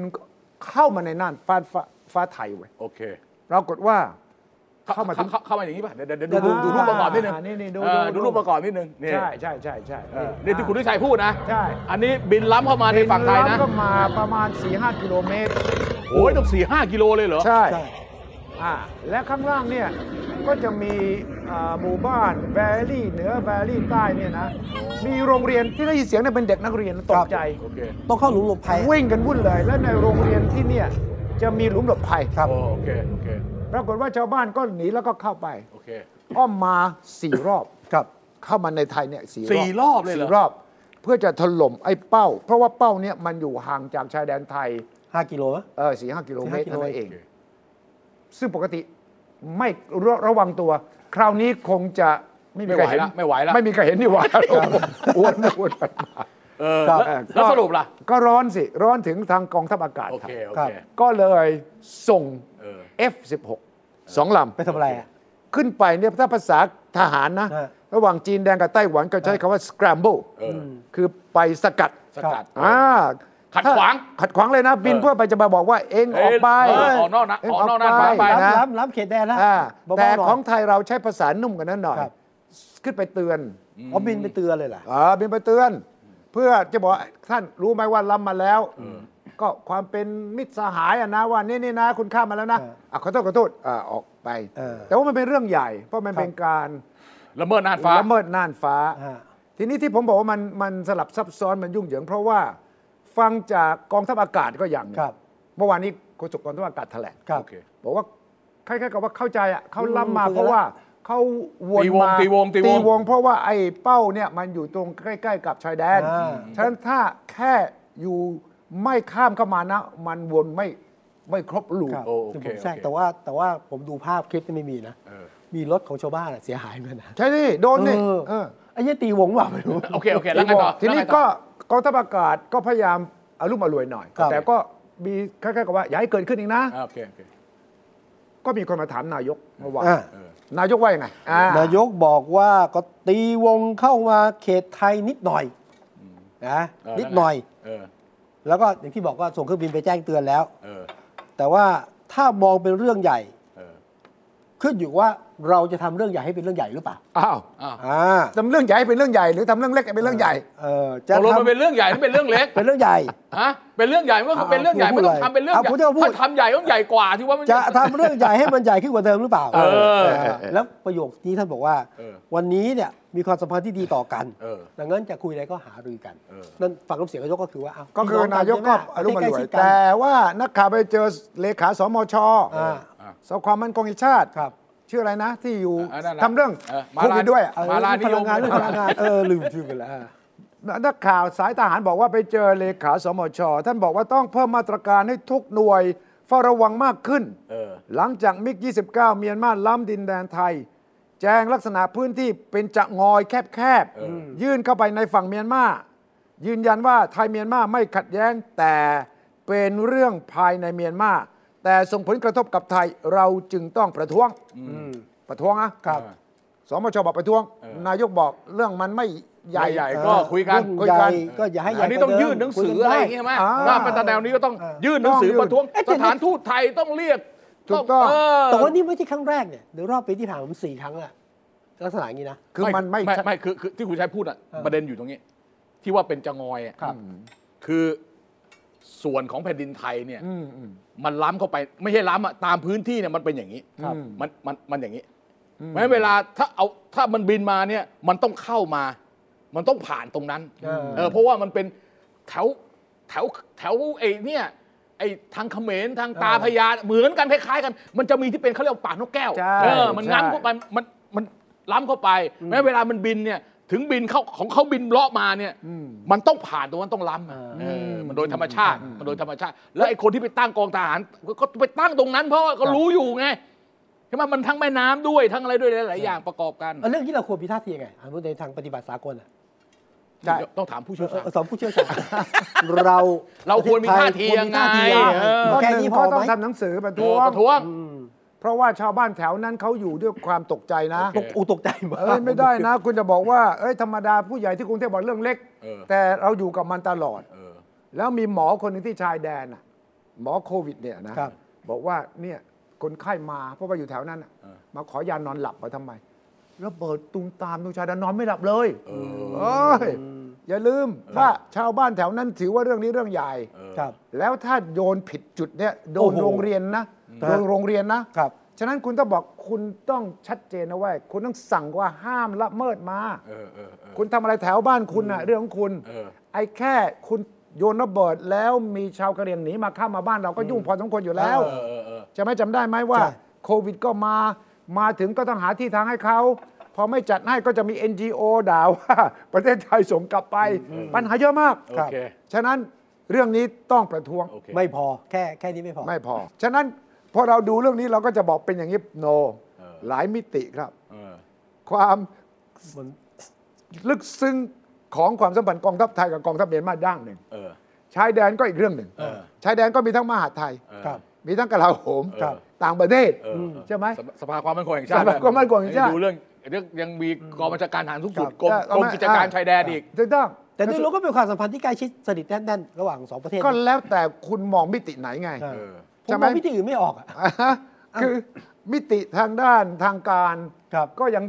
S3: เข้ามาในน่านฟ้าฟ้าฟ้าไทยเว้ย
S2: โอเค
S3: ปรากฏว่า
S2: เข้า
S3: เข้า
S2: มา
S3: มาถึง
S2: เข้ามาอย่างนี้ป่ะ เดี๋ยวเดี๋ยวเดี๋ยว
S1: เดี๋ยวดู
S2: ดูดูรูปประกอบนิดนึง
S3: อ่านี่นี่ดู
S2: เออ
S3: ดู
S2: ดูรูปประกอบนิดนึงนี่
S3: ใช่ใช่ใช่ใช่
S2: เออนี่ที่คุณทิชัยพูดนะ
S3: ใช่
S2: อันนี้บินล้ำเข้ามาในฝั่งไทย
S3: บิ
S2: นะ
S3: แล้วก็มาประมาณ4ีหกิโลเมตร
S2: โอ้ยต้องสี่ห้ากิโลเลยเหรอ
S3: ใช่
S1: ใช่
S3: อ่าและข้างล่างเนี่ยก็จะมีอ่าหมู่บ้านแวลลี่เหนือแวลลี่ใต้เนี่ยนะมีโรงเรียนที่ได้ยินเสียงเนี่ยเป็นเด็กนักเรียนตกใจ
S2: โอเค
S1: ต้องเข้าหลุมหลบภัย
S3: วิ่งกันวุ่นเลย และในโรงเรียนที่เนี่ยจะมีหลุมหลบภัย
S1: ครับ
S2: โอ้โอเค โอเค
S3: ปรากฏว่าชาวบ้านก็หนีแล้วก็เข้าไป
S2: โอเค
S3: อ้อมมาสี่รอบ
S1: ครับ
S3: เข้ามาในไทยเนี่ยสี่
S2: สี่รอบเลยเหรอ
S3: สี่รอบ เพื่อจะถล่มไอ้เป้า เพราะว่าเป้าเนี่ยมันอยู่ห่างจากชายแดนไทย
S1: ห้ากิโลนะ
S3: เออสี่ห้ากิโลเมตร
S1: 4-5
S3: เท่านั้น
S1: กิโลเมตร
S3: เอง ซึ่งปกติไม่ระระวังตัว คราวนี้คงจะไม่มี
S2: ไม่ไหว
S3: ใครเห็น
S2: ละไม่ไหวละ
S3: ไม่มีใครเห็นนี่หว่าอ้วนอ้วนไปมา
S2: เออ
S1: ครับ
S2: แล้วแล้วสรุปล่ะ
S3: ก็ร้อนสิ ร้อนถึงทางกองทัพอากาศ
S2: โอ
S3: ครับ
S2: เค โอ
S1: ครั
S2: เค
S1: บ
S3: ก็เลยส่ง
S2: เออ
S3: F16 สองล
S1: ไปทำอะไรอ่ะ
S3: ำขึ้นไปเนี่ยถ้าภาษาทหารนะ
S1: ฮะ
S3: ระหว่างจีนแดงกับไต้หวันก็ใช้คำว่า scramble
S2: เอออ
S3: คือไปสกัด
S2: สกัด
S3: อ่า
S2: ขัดขวาง
S3: ขัดขวางเลยนะ บิน
S2: เออ
S3: เพื่อไปจะมาบอกว่าเอง
S2: เอ้
S3: อย อกไป
S2: เออออกนอกนะ
S3: เง
S2: ออกนอกหน้าฟ้าไป
S1: รับ
S3: นะ
S1: รับรับเขตแดนแล้ว
S3: อ่า
S1: เบาๆ
S3: แต่
S1: หน่ย
S3: ของไทยเราใช้ภาษานุ่มกันนั้นหน่อย
S1: ครับ
S3: ขึ้นไปเตือน
S1: เขาบินไปเตือนเลยเหรอ
S3: อ่าบินไปเตือน เพื่อจะบอกท่านรู้ไหมว่าล้ำมาแล้ว ก็ความเป็นมิตรสหายอะนะว่านี่นี่นะ คุณข้ามมาแล้วนะ
S1: เออ
S3: อ่ะขอโทษขอโทษอ่าออกไป
S1: เออ
S3: แต่ว่ามันเป็นเรื่องใหญ่ เพราะมัน
S1: ครับ
S3: เป็นการ
S2: ละเมิดน่านฟ้า
S3: ละเมิดน่านฟ้า
S1: ฮะ
S3: ทีนี้ที่ผมบอกว่ามันมันสลับซับซ้อนมันยุ่งเหยิง เพราะว่าฟังจากกองทัพอากาศก็อย่างหนึ่ง
S1: ครับ
S3: เมื่อวานนี้โฆษกกองทัพอากาศแถลง
S1: ครับ
S2: โอเค
S3: บอกว่าคล้ายๆกับว่าเข้าใจอ่ะเขา
S1: อืม
S3: ล่ำมา
S1: เข้าใจละ
S3: เพราะว่าเขาวน
S2: ตีวง
S3: มา
S2: ตีวงตีวง
S3: ตีวง เพราะว่าไอ้เป้าเนี่ยมันอยู่ตรงใกล้ ๆ กับชายแดน
S1: อ่า
S3: ฉะนั้นถ้าแค่อยู่ไม่ข้ามเข้ามานะ มันวนไม่ไม่ครบลูก
S1: ครับ
S2: โอเค
S1: ที่ผมแทรก
S2: โอเค
S1: แต่ว่าแต่ว่าผมดูภาพคลิปนี่ไม่มีนะ
S2: เออ
S1: มีรถของชาวบ้านอะเสียหายเหมือนกันนะ
S3: ใช่ดิโดนนี่
S1: เออ
S3: เออ
S1: ไอ้เหี้ยตีวงว่าไม่รู้
S2: โอเค โอเค แล้วไงต่อ
S3: ทีนี้
S2: แล้วไงต่
S3: ก็
S2: อ
S3: กองทัพอากาศก็พยายามอารมณ์อรวยหน่อย
S1: ครับ
S3: แต่ก็มีคล้ายๆกับว่าอย่าให้เกิดขึ้นอีกนะ
S2: อ่าโอเค โอเค
S3: ก็มีคนมาถามนายกเมื่อวาน
S1: อ่ะ
S2: เออ
S3: นายกว่ายังไงอ่
S1: นายกบอกว่าก็ตีวงเข้ามาเขตไทยนิดหน่อยนะ
S2: เออ
S1: นิดหน่อย
S2: เออ
S1: แล้วก็อย่างที่บอกว่าส่งเครื่องบินไปแจ้งเตือนแล้ว
S2: เออ
S1: แต่ว่าถ้ามองเป็นเรื่องใหญ่
S2: เออ
S1: ขึ้นอยู่ว่าเราจะทำเรื่องใหญ่ให้เป็นเรื่องใหญ่หรือเปล่า
S3: อ้าว
S2: อ้าว
S1: อ่า
S3: ทำเรื่องใหญ่เป็นเรื่องใหญ่หรือทำเรื่องเล็กเป็นเรื่องใหญ่
S1: เออ
S2: ต
S1: จะ
S2: กลงมัน
S1: ทำ
S2: เป็นเรื่องใหญ่หรือเป็นเรื่องเล็ก
S1: เป็นเรื่องใหญ่
S2: ฮะ เป็นเรื่องใหญ่ก็คือเป็นเรื่องใหญ่
S1: เอาพู
S2: ไม่
S1: ด
S2: ต้อง
S1: เลย
S2: ทำเป็นเรื่องใหญ่
S1: เอาพูดเถอะพูด
S2: ถ้าทำใหญ่ต้องใหญ่กว่าที่ว่ามัน
S1: จะทำเรื่องใหญ่ให้มันใหญ่ขึ้นกว่าเดิมหรือเปล่า
S2: เออ
S1: เออแล้วประโยคนี้ท่านบอกว่า
S2: เออ
S1: วันนี้เนี่ยมีความสัมพันธ์ที่ดีต่อกัน
S2: เออ
S1: ดังนั้นจะคุยอะไรก็หารือกัน
S2: เออ
S1: นั่นฝั่งน้ำเสียงนายกก็คือว่าาว
S3: ก็คือนายกก็อารมณ์อ
S1: ใกล้
S3: ร่วย
S1: ชิดกัน
S3: แต่ว่านักข่าวไปเจอเลขาสมช
S1: อ่า
S3: สภาความมั่นคงแห่งชาติ
S1: ครับ
S3: ชื่ออะไรนะ ที่อยู่
S2: อ่านั่นน่ะ
S3: ทำเรื่อง
S2: เออมา
S3: โค
S2: ลา
S3: วิดด้วยอะ
S1: เออ
S2: มาลานิยม
S1: เรื่องพลังงานเรื่องพลังงานเออลืมชื่อไปแล้วอ่า
S3: นักข่าวสายทหารบอกว่าไปเจอเลขาสมช ท่านบอกว่าต้องเพิ่มมาตรการให้ทุกหน่วยเฝ้าระวังมากขึ้น
S2: เออ
S3: หลังจากมิก 29 เมียนมาล้ำดินแดนไทย แจ้งลักษณะพื้นที่เป็นจะงอยแคบ
S2: เออ
S3: ๆ ยื่นเข้าไปในฝั่งเมียนมา ยืนยันว่าไทยเมียนมาไม่ขัดแย้งแต่เป็นเรื่องภายในเมียนมา แต่ส่งผลกระทบกับไทยเราจึงต้องประท้วงประท้วงนะครับ สมชบอกประท้วง นายกบอกเรื่องมันไม่ให
S2: ให
S3: ญ่
S2: ญ่ใหญ่ก็คุยกัน
S1: เรื่องใหญ่ก็อย่าให้ใหญ่
S2: อันนี้ต้อง
S1: กว่าเดิม
S2: ยื่นหนังสือ
S1: คุกั
S2: อะไร
S1: ด้
S2: อย่างเงี้ยไหม
S3: อ่า
S2: ว่าเป็นตาแนวนี้ก็ต้อง
S1: อ่า
S2: ยื่นหนังสือ
S3: ต้องยื่น
S2: ประท้วงสถานทูตไทยต้องเรียก
S3: ถูกต้อง
S2: เ
S1: แต่ว่านี่ไม่ใช่ครั้งแรกเนี่ยเดี๋ยวรอบปีที่ผ่านมาผมสี่ครั้งละลักษณะอย่างนี้นะ
S3: คือมันไม่
S2: ไม่ไม่คือคือที่คุณชัยพูดอ่ะ
S1: เออ
S2: ประเด็นอยู่ตรงนี้ ที่ว่าเป็นจะงอยอ่ะ
S1: ครับ
S2: คือส่วนของแผ่นดินไทยเนี่ย มันล้ำเข้าไปไม่ใช่ล้ำอ่ะตามพื้นที่เนี่ยมันเป็นอย่างนี้
S3: ครับ
S2: มันมันมันอย่างนี้เพราะฉะนั้นเวลาถ้าเอาถ้ามันบินมาเนี่ยมันต้องเข้ามา มันต้องผ่านตรงนั้น
S1: เออ
S2: เออเพราะว่ามันเป็นแถวแถวแถวไอ้เนี่ยไอ้ทางเขมรทางตาพญาเหมือนกันคล้ายๆกัน มันจะมีที่เป็นเขาเรียกว่าป่านกแก้ว
S3: ใช่
S2: เออมัน
S3: ใช่
S2: ง้ำเข้าไปมันมันล้ำเข้าไปแม้เวลามันบินเนี่ยถึงบินเขาของเขาบินเลาะมาเนี่ยมันต้องผ่านตรงนั้นต้องล้ำอะเออมันโดยธรรมชาติ มันโดยธรรมชาติ แล้วไอ้คนที่ไปตั้งกองทหารก็ก็ไปตั้งตรงนั้น เพราะว่าก็รู้อยู่ไงใช่ไหมมันทั้งแม่น้ำด้วยทั้งอะไรด้วยหลายๆอย่างประกอบกัน
S1: เอาเรื่องที่เราควรพิทักษ์ยังไงอ่ะพูดในทางปฏิบัติสากลอ่ะ
S3: ใช่
S2: เดี๋ยวต้องถามผู้เชี่ยวชาญ
S1: เออสองผู้เชี่ยวชาญ เรา
S2: เราควรมีท่าทียังไง
S1: ควรมีท่าทียังไง
S2: เออ
S3: ข้อ
S1: แค่
S3: หนึ่ง
S1: นี้พ
S3: ก็
S1: อ
S3: ต้อง
S1: ไหม
S3: ทำหนังสือประ
S2: โอ้
S3: ท้
S2: ป
S3: วง
S2: ระท้วง
S1: อืม
S3: เพราะว่าชาวบ้านแถวนั้นเขาอยู่ด้วยความตกใจนะ
S2: โอเค
S1: อุยตกใจมาก
S3: เอ้ยไม่ได้ นะ คุณจะบอกว่าเอ้ยธรรมดาผู้ใหญ่ที่กรุงเทพบอกเรื่องเล็ก
S2: เออ
S3: แต่เราอยู่กับมันตลอด
S2: เออ
S3: แล้วมีหมอคนหนึ่งที่ชายแดนน่ะหมอโควิดเนี่ยนะครับ บอกว่าเนี่ยคนไข้มาเพราะว่าอยู่แถวนั้นน่ะ
S2: เออ
S3: มาขอยานอนหลับมาทำไมแล้วเปิดตูมตามตูชายแดนนอนไม่หลับเลย
S2: เออ
S3: เอ้ยอย่าลืมว่าชาวบ้านแถวนั้นถือว่าเรื่องนี้เรื่องใหญ่
S1: ครับ
S3: แล้วถ้าโยนผิดจุดเนี่ยโด
S1: โอ้
S3: น
S1: โห
S3: โรงเรียนนะ
S1: ครับ
S3: โดนโรงเรียนนะ
S1: ครับ
S3: ฉะนั้นคุณต้องบอกคุณต้องชัดเจนนะเว่าคุณต้องสั่งว่าห้ามละเมิดมา
S2: เออเออเออ
S3: คุณทำอะไรแถวบ้านคุณนะเรื่องของคุณ
S2: เออ
S3: ไอ้แค่คุณโยนระเบิดแล้วมีชาวกะเหรี่ยงหนีมาข้ามมาบ้านเราก็ยุ่งพอสมควรอยู่แล้ว
S1: เอ
S2: เออเออ
S3: จะไม่จำได้ไหมว่า
S1: ใช่
S3: โควิดก็มามาถึงก็ต้องหาที่ทางให้เขา พอไม่จัดให้ก็จะมี NGO ด่าว่า ประเทศไทยส่งกลับไปปัญหาเยอะมาก
S2: โอเค
S3: ฉะนั้น เรื่องนี้ต้องประท้วง
S2: โอเค
S1: ไม่พอแค่แค่นี้ไม่พอ
S3: ไม่พอ ฉะนั้นพอเราดูเรื่องนี้เราก็จะบอกเป็นอย่างนี้โน
S2: เออ
S3: หลายมิติครับ
S2: เออ
S3: ความ
S1: มัน
S3: ลึกซึ้งของความสัมพันธ์กองทัพไทยกับกองทัพเมียนมาด้านหนึ่ง
S2: เออ
S3: ชายแดนก็อีกเรื่องหนึ่ง
S2: เออ
S3: ชายแดนก็มีทั้งมหาดไทย
S2: เออ
S1: ครับ
S3: มีทั้งกลาโหม
S1: ครับ
S3: ต่างประเทศ
S2: เออเออ
S3: ใช่ไหม
S2: สภสภาความมั่นคงแห่งชาติ
S3: สภาความมั่นคงแห่งชาติ
S2: ดูเรื่องเรื่องยังมีกองบัญชาการทหารสูงสุดกรม
S3: จะ
S2: กรมกิจการชายแดนอีก
S3: ถูกต้อง
S1: แต่ด้วยรู้ก็เป็นความสัมพันธ์ที่ใกล้ชิดสนิทแน่นๆระหว่างสองประเทศ
S3: ก็แล้วแต่คุณมองมิติไหนไง
S1: ใช่
S2: เออ
S1: ผมมองมิติอื่นไม่ออกอะ
S3: อ่ะฮะคือมิติทางด้านทางการ
S1: ครับ
S3: ก็ยัง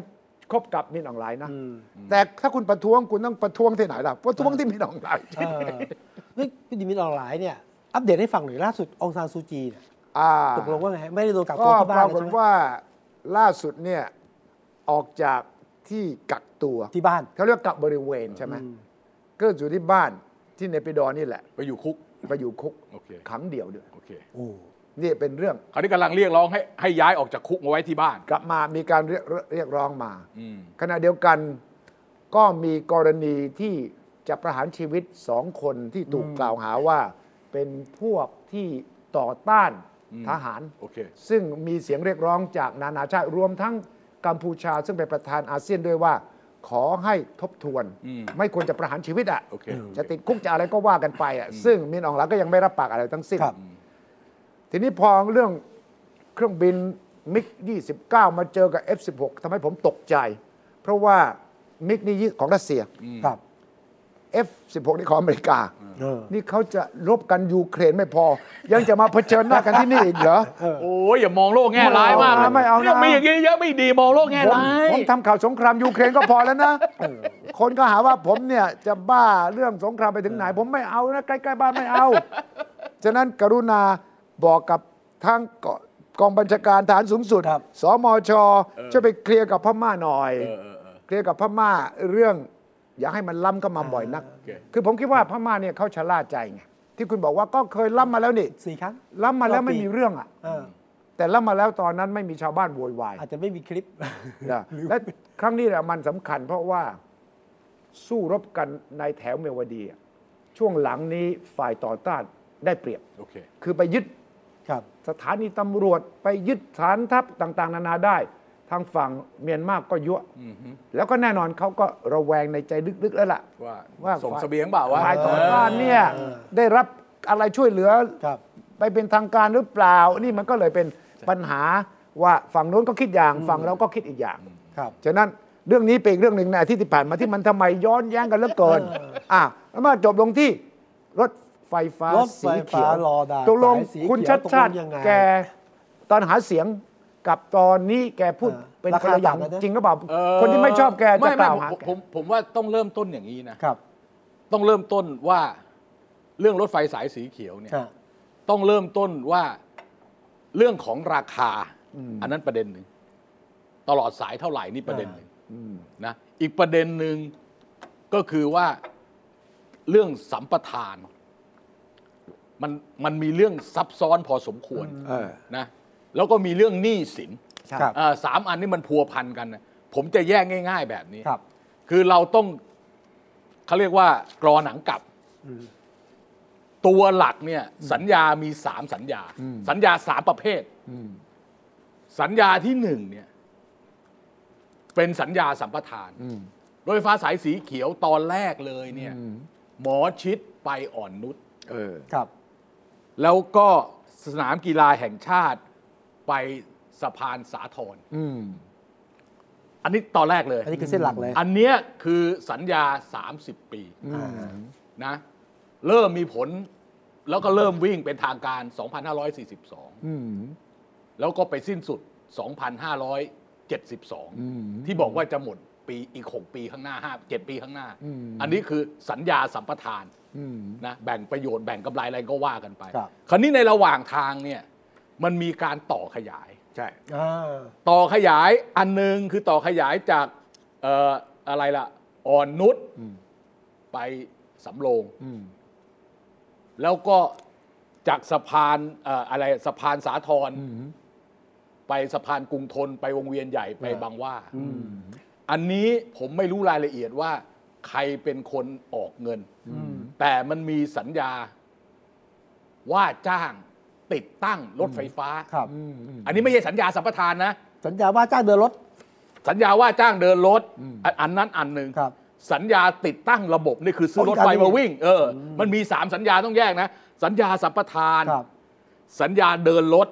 S3: คบกับมินอองไลน์นะ
S1: อืม
S3: แต่ถ้าคุณประท้วงคุณต้องประท้วงที่ไหนล่ะประท้วงที่มินอองไลน์
S1: เออ เฮ้ยพี่ดิมิตออนไลน์เนี่ย อัปเดตให้ฟังหน่อยล่าสุดองซานซูจีเนี่ย
S3: อ่า
S1: ตกลงว่าไง ไม่ได้โดนกักตัว
S3: ก็
S1: ที่บ้าร
S3: ปาน ก
S1: เลย
S3: ฏ
S1: ใช่ไหม
S3: ว่าล่าสุดเนี่ยออกจากที่กักตัว
S1: ที่บ้าน
S3: เขาเรียกกักบริเวณใช่ไหมก็อยู่ที่บ้านที่เนปิดอร์นี่แหละ
S2: ไปอยู่คุก
S3: ไปอยู่คุก
S2: โอเค
S3: ขังเดี่ยวด้วย
S2: โอเค
S1: โอ้
S3: นี่เป็นเรื่อง
S2: คราวนี้กำลังเรียกร้องให้ให้ย้ายออกจากคุกมาไว้ที่บ้าน
S3: กลับมามีการเรียกเรียกร้องมา
S2: อืม
S3: ขณะเดียวกันก็มีกรณีที่จะประหารชีวิตสองคนที่ถูกกล่าวหาว่า เป็นพวกที่ต่อต้าน
S2: อืม
S3: ทหาร
S2: โอเค
S3: ซึ่งมีเสียงเรียกร้องจากนานาชาติรวมทั้งกัมพูชา ซึ่งเป็นประธานอาเซียนด้วยว่า ขอให้ทบทวน
S2: อืม
S3: ไม่ควรจะประหารชีวิตอ่ะ
S2: โอเค
S3: จะติดคุกจะอะไรก็ว่ากันไปอ่ะซึ่งมินอองหลาก็ยังไม่รับปากอะไรทั้งสิ้น
S1: ครับ
S3: ทีนี้พอเรื่องเครื่องบินมิก29 มาเจอกับ F16 ทำให้ผมตกใจ เพราะว่ามิกนี่ยี่ของรัสเซีย
S1: ครับ
S3: F16 นี่ของอเมริกา
S1: เออ
S3: นี่เขาจะรบกันยูเครนไม่พอ ยังจะมาเผชิญหน้ากันที่นี่อีกเหรอ
S2: โอ้ยอย่ามองโลกแง่ร้ายมาก
S3: ไม่เอานะ
S2: รื่องมีอย่างนี้เยอะไม่ดีมองโลกแง่
S3: ผม
S2: ร้าย
S3: ผมทำข่าวสงครามยูเครนก็พอแล้วนะ คนก็หาว่าผมเนี่ยจะบ้าเรื่องสงครามไปถึงไหน ผมไม่เอานะใกล้ๆบ้านไม่เอา ฉะนั้นกรุณาบอกกับทางกกองบัญชาการฐานสูงสุด
S1: ครับ
S3: สมชช่วยไปเคลียร์กับพม่าหน่อย
S2: เออเออเออ
S3: เคลียร์กับพม่าเรื่อง อย่าให้มันล้ำเข้ามาบ่อยนัก
S2: โอเค
S3: คือผมคิดว่าพม่าเนี่ยเขาชะล่าใจไงที่คุณบอกว่าก็เคยล้ำมาแล้วนี่
S1: สี่ครั้ง
S3: ล้ำมาแล้ว
S1: รอบปี
S3: ไม่มีเรื่องอ่ะ
S1: เออ
S3: แต่ล้ำมาแล้วตอนนั้นไม่มีชาวบ้านโวยวาย
S1: อาจจะไม่มีคลิป
S3: นะและครั้งนี้แหละมันสำคัญเพราะว่าสู้รบกันในแถวเมียวดีอะช่วงหลังนี้ฝ่ายต่อต้านได้เปรียบ
S2: โอเค
S3: คือไปยึด
S1: ครับ
S3: สถานีตำรวจ ไปยึดฐานทัพต่าง ๆ นานาได้ ทางฝั่งเมียนมาก็ยั่ว
S2: อืมฮึ
S3: แล้วก็แน่นอนเขาก็ระแวงในใจลึก ๆ แล้วล่ะ
S2: ว่า
S3: ว่า
S2: ส่งเสบียงเปล่าวะ
S3: ฝ่ายต่อต้านเนี่ยได้รับอะไรช่วยเหลือ
S1: ครับ
S3: ไปเป็นทางการหรือเปล่า นี่มันก็เลยเป็นปัญหาว่าฝั่งโน้นก็คิดอย่างฝั่งเราก็คิดอีกอย่าง
S1: ครับ
S3: ฉะนั้นเรื่องนี้เป็นอีกเรื่องหนึ่งในอาทิตย์ที่ผ่านมาที่มันทำไมย้อนแย้งกันเหลือเกิน อ่ะแล้วมาจบลงที่รถไฟฟ้าร
S1: ถไฟ
S3: สีเขีย
S1: ฟ้าว รอด่าน
S3: ตกลง
S1: สายสีเขียว
S3: คุณชัดชาติ
S1: ตกลงยังไง
S3: แกตอนหาเสียงกับตอนนี้แกพูด
S1: เออ
S3: เป็น
S1: รา
S3: ค
S1: คาน
S3: ละอย่าง
S1: ต่างกันนะ
S3: จริงหรือเปล่า
S2: เออ
S3: คนที่ไม่ชอบแกจะ
S2: ไม่
S3: ก
S2: ไม่
S3: ล่าว
S2: ผม
S3: หา
S2: ผมผมว่าต้องเริ่มต้นอย่างนี้นะ
S1: ครับ
S2: ต้องเริ่มต้นว่าเรื่องรถไฟสายสีเขียวเนี่ย
S1: ฮะ
S2: ต้องเริ่มต้นว่าเรื่องของราคา อันนั้นประเด็นหนึ่งตลอดสายเท่าไหร่นี่ประเด็นหนึ่งนะอีกประเด็นหนึ่งก็คือว่าเรื่องสัมปทาน มันมันมีเรื่องซับซ้อนพอสมควร
S3: เออ
S2: นะแล้วก็มีเรื่องหนี้สิน
S1: ครับ
S2: เอ่อสามอันนี้มันพัวพันกันนะผมจะแยกง่าย ๆ แบบนี้
S1: ครับ
S2: คือเราต้องเขาเรียกว่ากรอหนังกลับ ตัวหลักเนี่ย สัญญามีสามสัญญา สัญญาสามประเภท สัญญาที่หนึ่งเนี่ย เป็นสัญญาสัมปทานโดยฟ้าสายสีเขียวตอนแรกเลยเนี่ย หมอชิดไปอ่อนนุช
S3: เออ
S1: ครับ
S2: แล้วก็สนามกีฬาแห่งชาติไปสะพานสาทร
S3: อืม
S2: อันนี้ตอนแรกเลย
S1: อันนี้คือเส้นหลักเลย
S2: อันเนี้ยคือสัญญา 30 ปี
S1: อ่า
S2: นะเริ่มมีผลแล้วก็เริ่มวิ่งเป็นทางการ
S3: อืม
S2: 2,542 แล้วก็ไปสิ้นสุด 2,572 ที่บอกว่าจะหมดปีอีก 6 ปีข้างหน้า 5 7 ปีข้างหน้า
S3: อืม
S2: อันนี้คือสัญญาสัมปทาน
S3: อืม
S2: นะแบ่งประโยชน์แบ่งกำไรอะไรก็ว่ากันไป
S1: ครับ
S2: คราวนี้ในระหว่างทางเนี่ยมันมีการต่อขยาย
S3: ใช่
S1: อ่า
S2: ต่อขยายอันหนึ่งคือต่อขยายจากเอ่ออะไรล่ะ อ่อนนุชไปสำโรง
S3: อืม
S2: แล้วก็จากสะพานเอ่ออะไรสะพานสาทรไปสะพานกรุงทนไปวงเวียนใหญ่ไปบางหว่า อันนี้ผมไม่รู้รายละเอียดว่า ใครเป็นคนออกเงิน แต่มันมีสัญญา ว่าจ้างติดตั้งรถไฟฟ้า
S1: ครับ
S2: อันนี้ไม่ใช่สัญญาสัมปทานนะ
S1: สัญญาว่าจ้างเดินรถ
S2: สัญญาว่าจ้างเดินรถอันอันนั้นอันหนึ่ง
S1: ครับ
S2: สัญญาติดตั้งระบบนี่คือซื้อรถไฟมาวิ่ง เอออมันมีสามสัญญาต้องแยกนะ สัญญาสัมปทาน
S1: ครับ
S2: สัญญาเดินรถ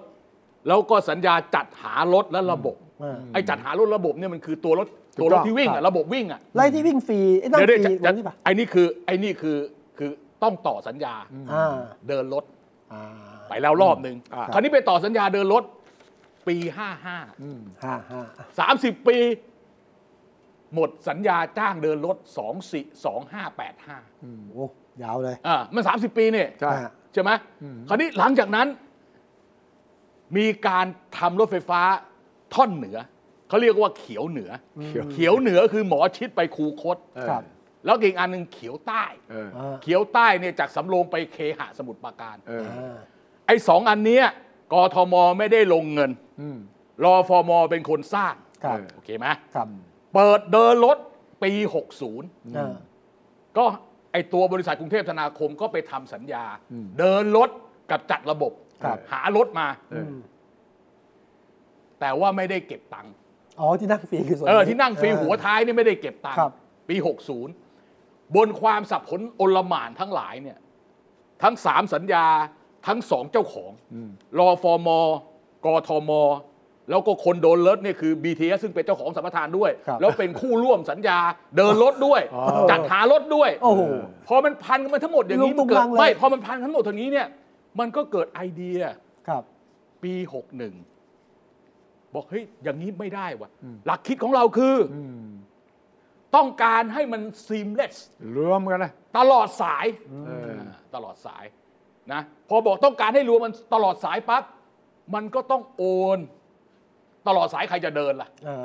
S2: แล้วก็สัญญาจัดหารถและระบบ
S1: อืม
S2: ไอ้จัดหารถระบบเนี่ยมันคือตัวรถตั
S3: ถูกต้อง
S2: วรถที่วิ่งอะระบบวิ่งอะ
S1: ไล่ที่วิ่งฟรีไอ้นั่ง
S2: เดี๋ย
S1: ฟ
S2: วได้
S1: รี
S2: จะ
S1: ต
S2: จะ
S1: รงนี้ป่ะ
S2: ไอ้นี่คือไอ้นี่คือคือต้องต่อสัญญา
S1: อ่า
S2: เดินรถ
S1: อ่า
S2: ไปแล้วรอบหนึ่งคราวนี้ไปต่อสัญญาเดินรถปีห้าห้า
S1: ห้าห้าอ่ะ
S2: 30 ปี หมดสัญญาจ้างเดินรถ 2 4 2 5 8 5
S1: โอ้ยาวเลย
S2: อ่ามัน 30 ปีเนี่ย
S3: ใช่
S1: อ่า
S2: ใช่ไหมคราวนี้หลังจากนั้น มีการทำรถไฟฟ้าท่อนเหนือ เขาเรียกว่าเขียวเหนือ
S3: เขียว
S2: เขียวเหนือคือหมอชิดไปคูคต
S3: เออ
S1: ครับ
S2: แล้วอีกอันหนึ่งเขียวใต้
S3: เออ
S1: อ่า
S2: เขียวใต้เนี่ยจากสำโรงไปเคหะสมุทรปราการ
S3: เออ
S1: อ่า
S2: ไอ้สองอันเนี้ยกทมไม่ได้ลงเงิน
S3: อืม
S2: รอฟอมเป็นคนสร้าง
S1: ครับ
S3: เออ
S2: โอเคไหม
S1: ครับ
S2: เปิดเดินรถปี
S1: อ่า
S2: 60 ก็ไอตัวบริษัทกรุงเทพธนาคมก็ไปทำสัญญา เดินรถกับจัดระบบ
S3: ครับ
S2: หารถมา
S3: เออ
S2: แต่ว่าไม่ได้เก็บตังค์
S1: อ๋อที่นั่งฟรีคือส่วน
S2: เออ
S1: นี้
S2: ที่นั่งฟรีหัวท้ายนี่ไม่ได้เก็บตังค์
S1: ครับ
S2: ปี 60 บนความสับสนอลหม่านทั้งหลายเนี่ยทั้งสามสัญญาทั้งสองเจ้าของรอฟอมกทม แล้วก็คนโดนรถเนี่ยคือ BTS ซึ่งเป็นเจ้าของสัมปทานด้วย
S1: ครับ
S2: แล้วเป็นคู่ร่วมสัญญาเดินรถด้วย
S3: อ๋อ
S2: จัดหารถด้วย
S1: โอ้โห
S2: พอมันพันกันมาทั้งหมดอย่างนี้
S1: ลุ
S2: มั
S1: งตุ
S2: นเกิ
S1: งลั
S2: ด
S1: งเลย
S2: ไม่พอมันพันกันทั้งหมดอย่างนี้เนี่ย มันก็เกิดไอเดีย
S1: ครับ
S2: ปี 61 บอกเฮ้ยอย่างนี้ไม่ได้ว่ะ หลักคิดของเราคืออต้องการให้มัน seamless
S3: รวมกันนะ
S2: ตลอดสาย
S3: เออ
S2: อ่าตลอดสายนะพอบอกต้องการให้รวมมันตลอดสายปั๊บมันก็ต้องโอน ตลอดสายใครจะเดินล่ะ
S1: อ่า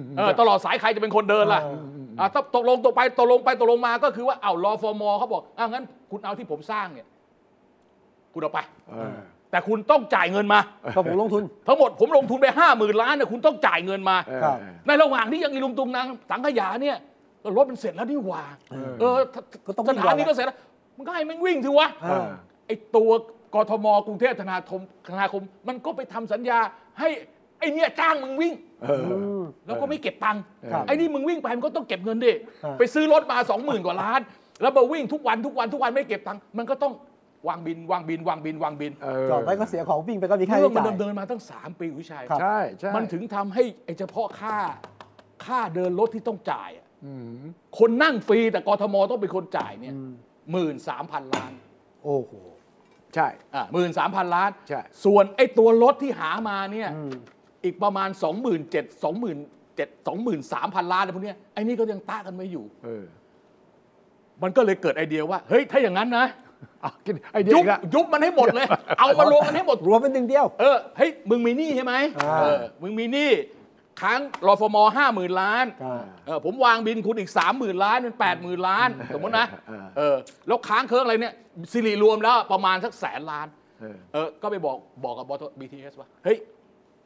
S3: ม
S2: เออตลอดสายใครจะเป็นคนเดินล่ะ
S1: อื
S2: อ่ะถ้าตกลงตกไปตกลงไปตกลงมาก็คือว่าเอาวรอฟอร์มอเขาบอกอ้าวงั้นคุณเอาที่ผมสร้างเนี่ย คุณเอาไป
S3: เออ
S2: แต่คุณต้องจ่ายเงินมา
S1: ก็ผมลงทุน
S2: ทั้งหมดผมลงทุนไปห้าหมื่นล้านเนี่ยคุณต้องจ่ายเงินมา
S3: เออ
S1: ครับ
S2: ในระหว่างที่ยังอีลุงตุงนางสังขยาเนี่ยรถมันเสร็จแล้วนี่หว่า เออถ้า
S1: ก็ต้องวิ่
S2: ส
S1: ง
S2: ถานี
S1: ก่อน
S2: ก็เสร็จแล้วมันก็ให้แมันวิ่งสิวะ
S1: อ่า
S2: ไอตัวกทมกรุงเทพธนาคมธนาคม มันก็ไปทำสัญญาให้ไอเนี่ยจ้างมึงวิ่ง
S3: เออ
S1: อืม
S2: แล้วก็ไม่เก็บตังค์
S1: ครับ
S2: ไอ้นี่มึงวิ่งไปมันก็ต้องเก็บเงินดิ
S1: อ่า
S2: ไปซื้อรถมา2 0,000กว่าล้าน แล้วมาวิ่งทุกวันทุกวันทุกวันไม่เก็บตังค์มันก็ต้องวางบินวางบินวางบินวางบิน
S3: เออ
S1: จอดไว้ก็เสียของวิ่งไปก็มีค่า
S2: เรื่อง
S1: ใช้
S2: มัน
S1: จ่าย
S2: ดำเนินมาตั้ง 3 ปีวิชัย
S1: ครับ
S3: ใช่ใช่
S2: มันถึงทำให้ไอ้เฉพาะค่าค่าเดินรถที่ต้องจ่ายอะ
S3: อืม
S2: คนนั่งฟรีแต่กทมต้องเป็นคนจ่ายเนี่ยหมื่นสามพันล้าน
S1: โอ้โห
S3: ใช่
S2: อ่าหมื่นสามพันล้าน
S3: ใช่
S2: ส่วนไอ้ตัวรถที่หามาเนี่ยอีกประมาณ 2 7 0 0 0 0 7 2 3 0 0 0 ล้านอะไรพวกเนี้ยไอ้นี่ก็ยังต้ากันไม่อยู่
S3: เออ
S2: มันก็เลยเกิดไอเดียว่า เฮ้ย ถ้าอย่างนั้นนะ
S3: เอากินไอเดีย
S2: ยุบ
S3: อีกละ
S2: ยุบมันให้หมดเลย เอามารวมกันให้หมด
S1: รวมเป็นหนึ่งเดียว
S2: เออเฮ้ยมึงมีหนี้ใช่ไหม
S1: อ่า
S2: เออมึงมีหนี้ค้างรอฟมห้าหมื่นล้าน
S1: อ่า
S2: เออผมวางบินคุณอีกสามหมื่นล้านเป็นแปดหมื่นล้าน สมมตินะเออแล้วค้างเคิร์กอะไรเนี่ยสิริรวมแล้วประมาณสักแสนล้าน
S3: เออ
S2: เออก็ไปบอกบอกกับบอทบีทีเอสว่า เฮ้ย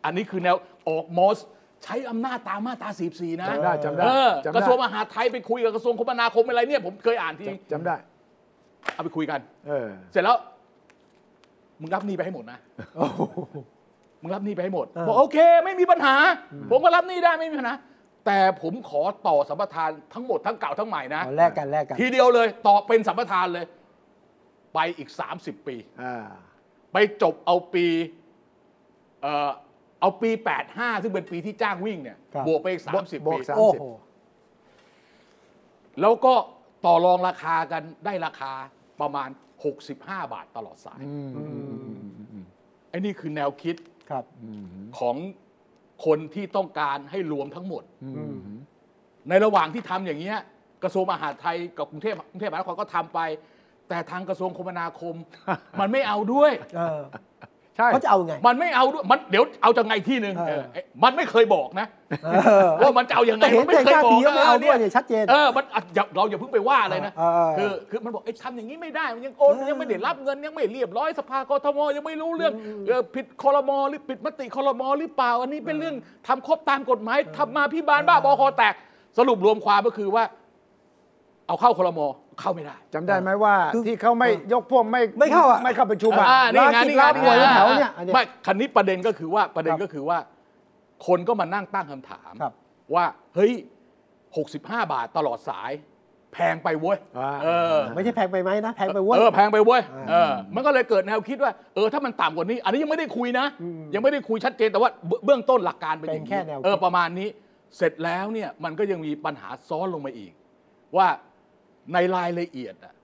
S2: อันนี้คือแนวออกมอส ใช้อำนาจตามมาตรา44 นะ
S3: จำได้จำได้
S2: เออ
S3: จำได้
S2: กระทรวงมหาดไทยไปคุยกับกระทรวงคมนาคมอะไรเนี่ย ผมเคยอ่านที
S3: จำได้
S2: เอาไปคุยกัน
S3: เออ
S2: เสร็จแล้ว มึงรับหนี้ไปให้หมดนะมึงรับหนี้ไปให้หมด
S1: เออ
S2: บอกโอเค ไม่มีปัญหา ผมก็รับหนี้ได้ไม่มีปัญหาแต่ผมขอต่อสัมปทานทั้งหมดทั้งเก่าทั้งใหม่นะ
S1: เอาแลกกันแลกกัน
S2: ทีเดียวเลยต่อเป็นสัมปทานเลย ไปอีก 30 ปี
S3: อ่า
S2: ไปจบเอาปี เอ่อเอาปี 85 ซึ่งเป็นปีที่จ้างวิ่งเนี่ย
S1: ครับ
S2: บวกไปอีก 30
S3: บว
S2: ปี
S3: กสาม
S1: โอ้โห
S2: แล้วก็ต่อรองราคากันได้ราคาประมาณ 65 บาทตลอดสายไอ้นี่คือแนวคิด
S1: ครับ
S2: ของคนที่ต้องการให้รวมทั้งหมด
S1: อืม
S2: ในระหว่างที่ทำอย่างเงี้ยกระทรวงมหาดไทยกับกรุงเทพกรุงเทพมหานครก็ทำไป แต่ทางกระทรวงคมนา คม มันไม่เอาด้วย
S1: เออ
S3: ใช่
S1: เขาจะเอาไง
S2: มันไม่เอาด้วยมันเดี๋ยวเอาจากไงที่หนึ่ง
S1: เออ
S2: เออไอ้มันไม่เคยบอกนะ
S1: เออ
S2: ว่ามันจะเอาอย่างไง
S1: แต่เห็น
S2: น
S1: แต่
S2: ไม่เคย
S1: ท่า
S2: บอ
S1: ที
S2: ก
S1: ก็ไม่เอาด้วย
S2: เนี่
S1: เนี่ยชัดเจน
S2: เออมันอ่ะอย่าเราอย่าเพิ่งไปว่าอะไรนะ
S1: เออ
S2: คือคือมันบอกไอ้ยทำอย่างนี้ไม่ได้มันยังโอน
S1: เออ
S2: ยังไม่ได้รับเงินยังไม่เรียบร้อยสภากทมยังไม่รู้เรื่องเออผิดคอรมอหรือผิดมติคอรมอหรือเปล่า อันนี้เป็นเรื่องทำครบตามกฎหมายทำมาพี่บานบ้าบอคอแตกสรุปรวมความก็คือว่า เอาเข้าคอรมอ เข้าไม่ได้
S3: จำได้ไหมว่า
S1: คือ
S3: ที่เขาไม่ยกพวกไม่
S1: ไม่เข้าอะ
S3: ไม่เข้าประชุมอะ
S2: อ่านี่งาน
S3: กิร้า
S2: นี่า
S3: ง
S2: น
S3: น
S2: นี่
S3: ป่วย
S2: งาน
S3: แถวเนี่ยอันเนี้ย
S2: ไม่คันนี้ประเด็นก็คือว่าประเด็
S1: คน รับ
S2: ก็คือว่า คนก็มานั่งตั้งคำถาม
S1: ครับ
S2: ว่า เฮ้ย 65 บาทตลอดสาย แพงไปเว้ย
S3: อ่า
S2: เออ
S1: ไม่ใช่แพงไปไหมนะแพงไปเว้ย
S2: เออแพงไปเว้ย
S1: อ่า
S2: เออ มันก็เลยเกิดแนวคิดว่า เออถ้ามันต่ำกว่านี้ อันนี้ยังไม่ได้คุยนะ
S1: อืม
S2: ยังไม่ได้คุยชัดเจนแต่ว่าเบื้องเบื้องต้นหลักการเป็นอย่าง
S1: เป็นแค่แนวคิด
S2: เออประมาณนี้ เสร็จแล้วเนี่ยมันก็ยังมีปัญหาซ้อนลงมาอีก ว่าในรายละเอียดอะ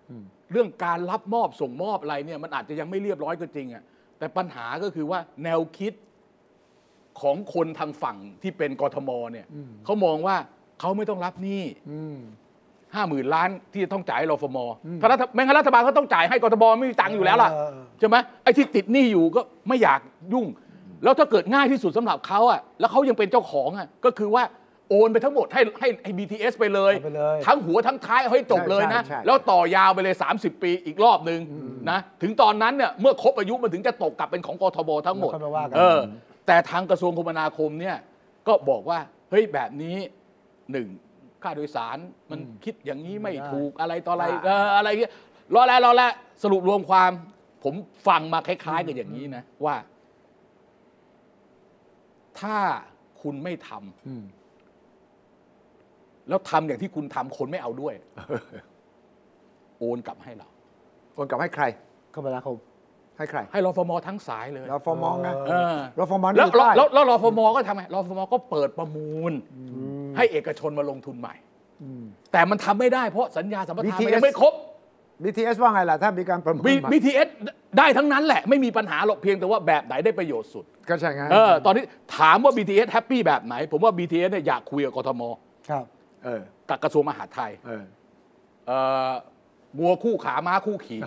S2: เรื่องการรับมอบส่งมอบอะไรเนี่ยมันอาจจะยังไม่เรียบร้อยก็จริงอะแต่ปัญหาก็คือว่าแนวคิดของคนทางฝั่งที่เป็นกทมเนี่ยเขามองว่าเขาไม่ต้องรับหนี้
S3: อืม
S2: ห้าหมื่นล้านที่จะต้องจ่ายให้รฟมถ้ารัฐแม้งั้นรัฐบาลก็ต้องจ่ายให้กทมไม่มีตังค์อยู่แล้วล่ะ
S1: เออเออ
S2: ใช่ไหมไอ้ที่ติดหนี้อยู่ก็ไม่อยากยุ่ง แล้วถ้าเกิดง่ายที่สุดสำหรับเขาอะแล้วเขายังเป็นเจ้าของอะก็คือว่าโอนไปทั้งหมดให้ให้ให้ BTS ไปเลย
S1: เอาไปเลย
S2: ทั้งหัวทั้งท้ายเอาให้จบเลยนะ
S3: ใช่ใช่ใช่
S2: แล้วต่อยาวไปเลย 30 ปีอีกรอบหนึ่งนะถึงตอนนั้นเนี่ยเมื่อครบอายุมันถึงจะตกกลับเป็นของกทบทั้งหมด
S1: แล้วค่อยมาว่ากัน
S2: เออ แต่ทางกระทรวงคมนาคมเนี่ยก็บอกว่า เฮ้ยแบบนี้หนึ่งค่าโดยสารมันคิดอย่างนี้ไม่ถูกอะไรต่ออะไรเอออะไรเงี้ยรอแล้วรอแล้วสรุปรวมความ ผมฟังมาคล้ายๆกันอย่างนี้นะ ว่า ถ้าคุณไม่ทำ
S3: อืม
S2: แล้วทำอย่างที่คุณทำคนไม่เอาด้วย โอนกลับให้เรา
S3: โอนกลับให้ใคร
S1: คมนาคม
S3: ให้ใคร
S2: ให้รอฟมทั้งสายเลย
S3: เราฟอร์มองนะ
S2: เออ
S3: เราฟอร์มองนี่
S2: แล้ว
S3: อยู่ใต้
S2: แล้วแล้วรอฟมก็ทำไงรอฟมก็เปิดประมูล ให้เอกชนมาลงทุนใหม่
S3: อืม
S2: แต่มันทำไม่ได้เพราะสัญญาสัมปทานมัน
S3: BTS
S2: ยังไม่ครบ
S3: BTS ว่าไงล่ะ ถ้ามีการประมูล
S2: B-
S3: ใหม่
S2: BTS ได้ทั้งนั้นแหละ ไม่มีปัญหาหรอกเพียงแต่ว่าแบบไหนได้ประโยชน์สุด
S3: ก็ใช่ไง
S2: เออตอนนี้ถามว่า BTS แฮปปี้แบบไหน ผมว่า BTS เนี่ยอยากคุยกับกทม
S1: ครับ
S3: เออ
S2: กับกระทรวงมหาดไทย
S3: เออ
S2: เอ่องัวคู่ขาม้าคู่ขี่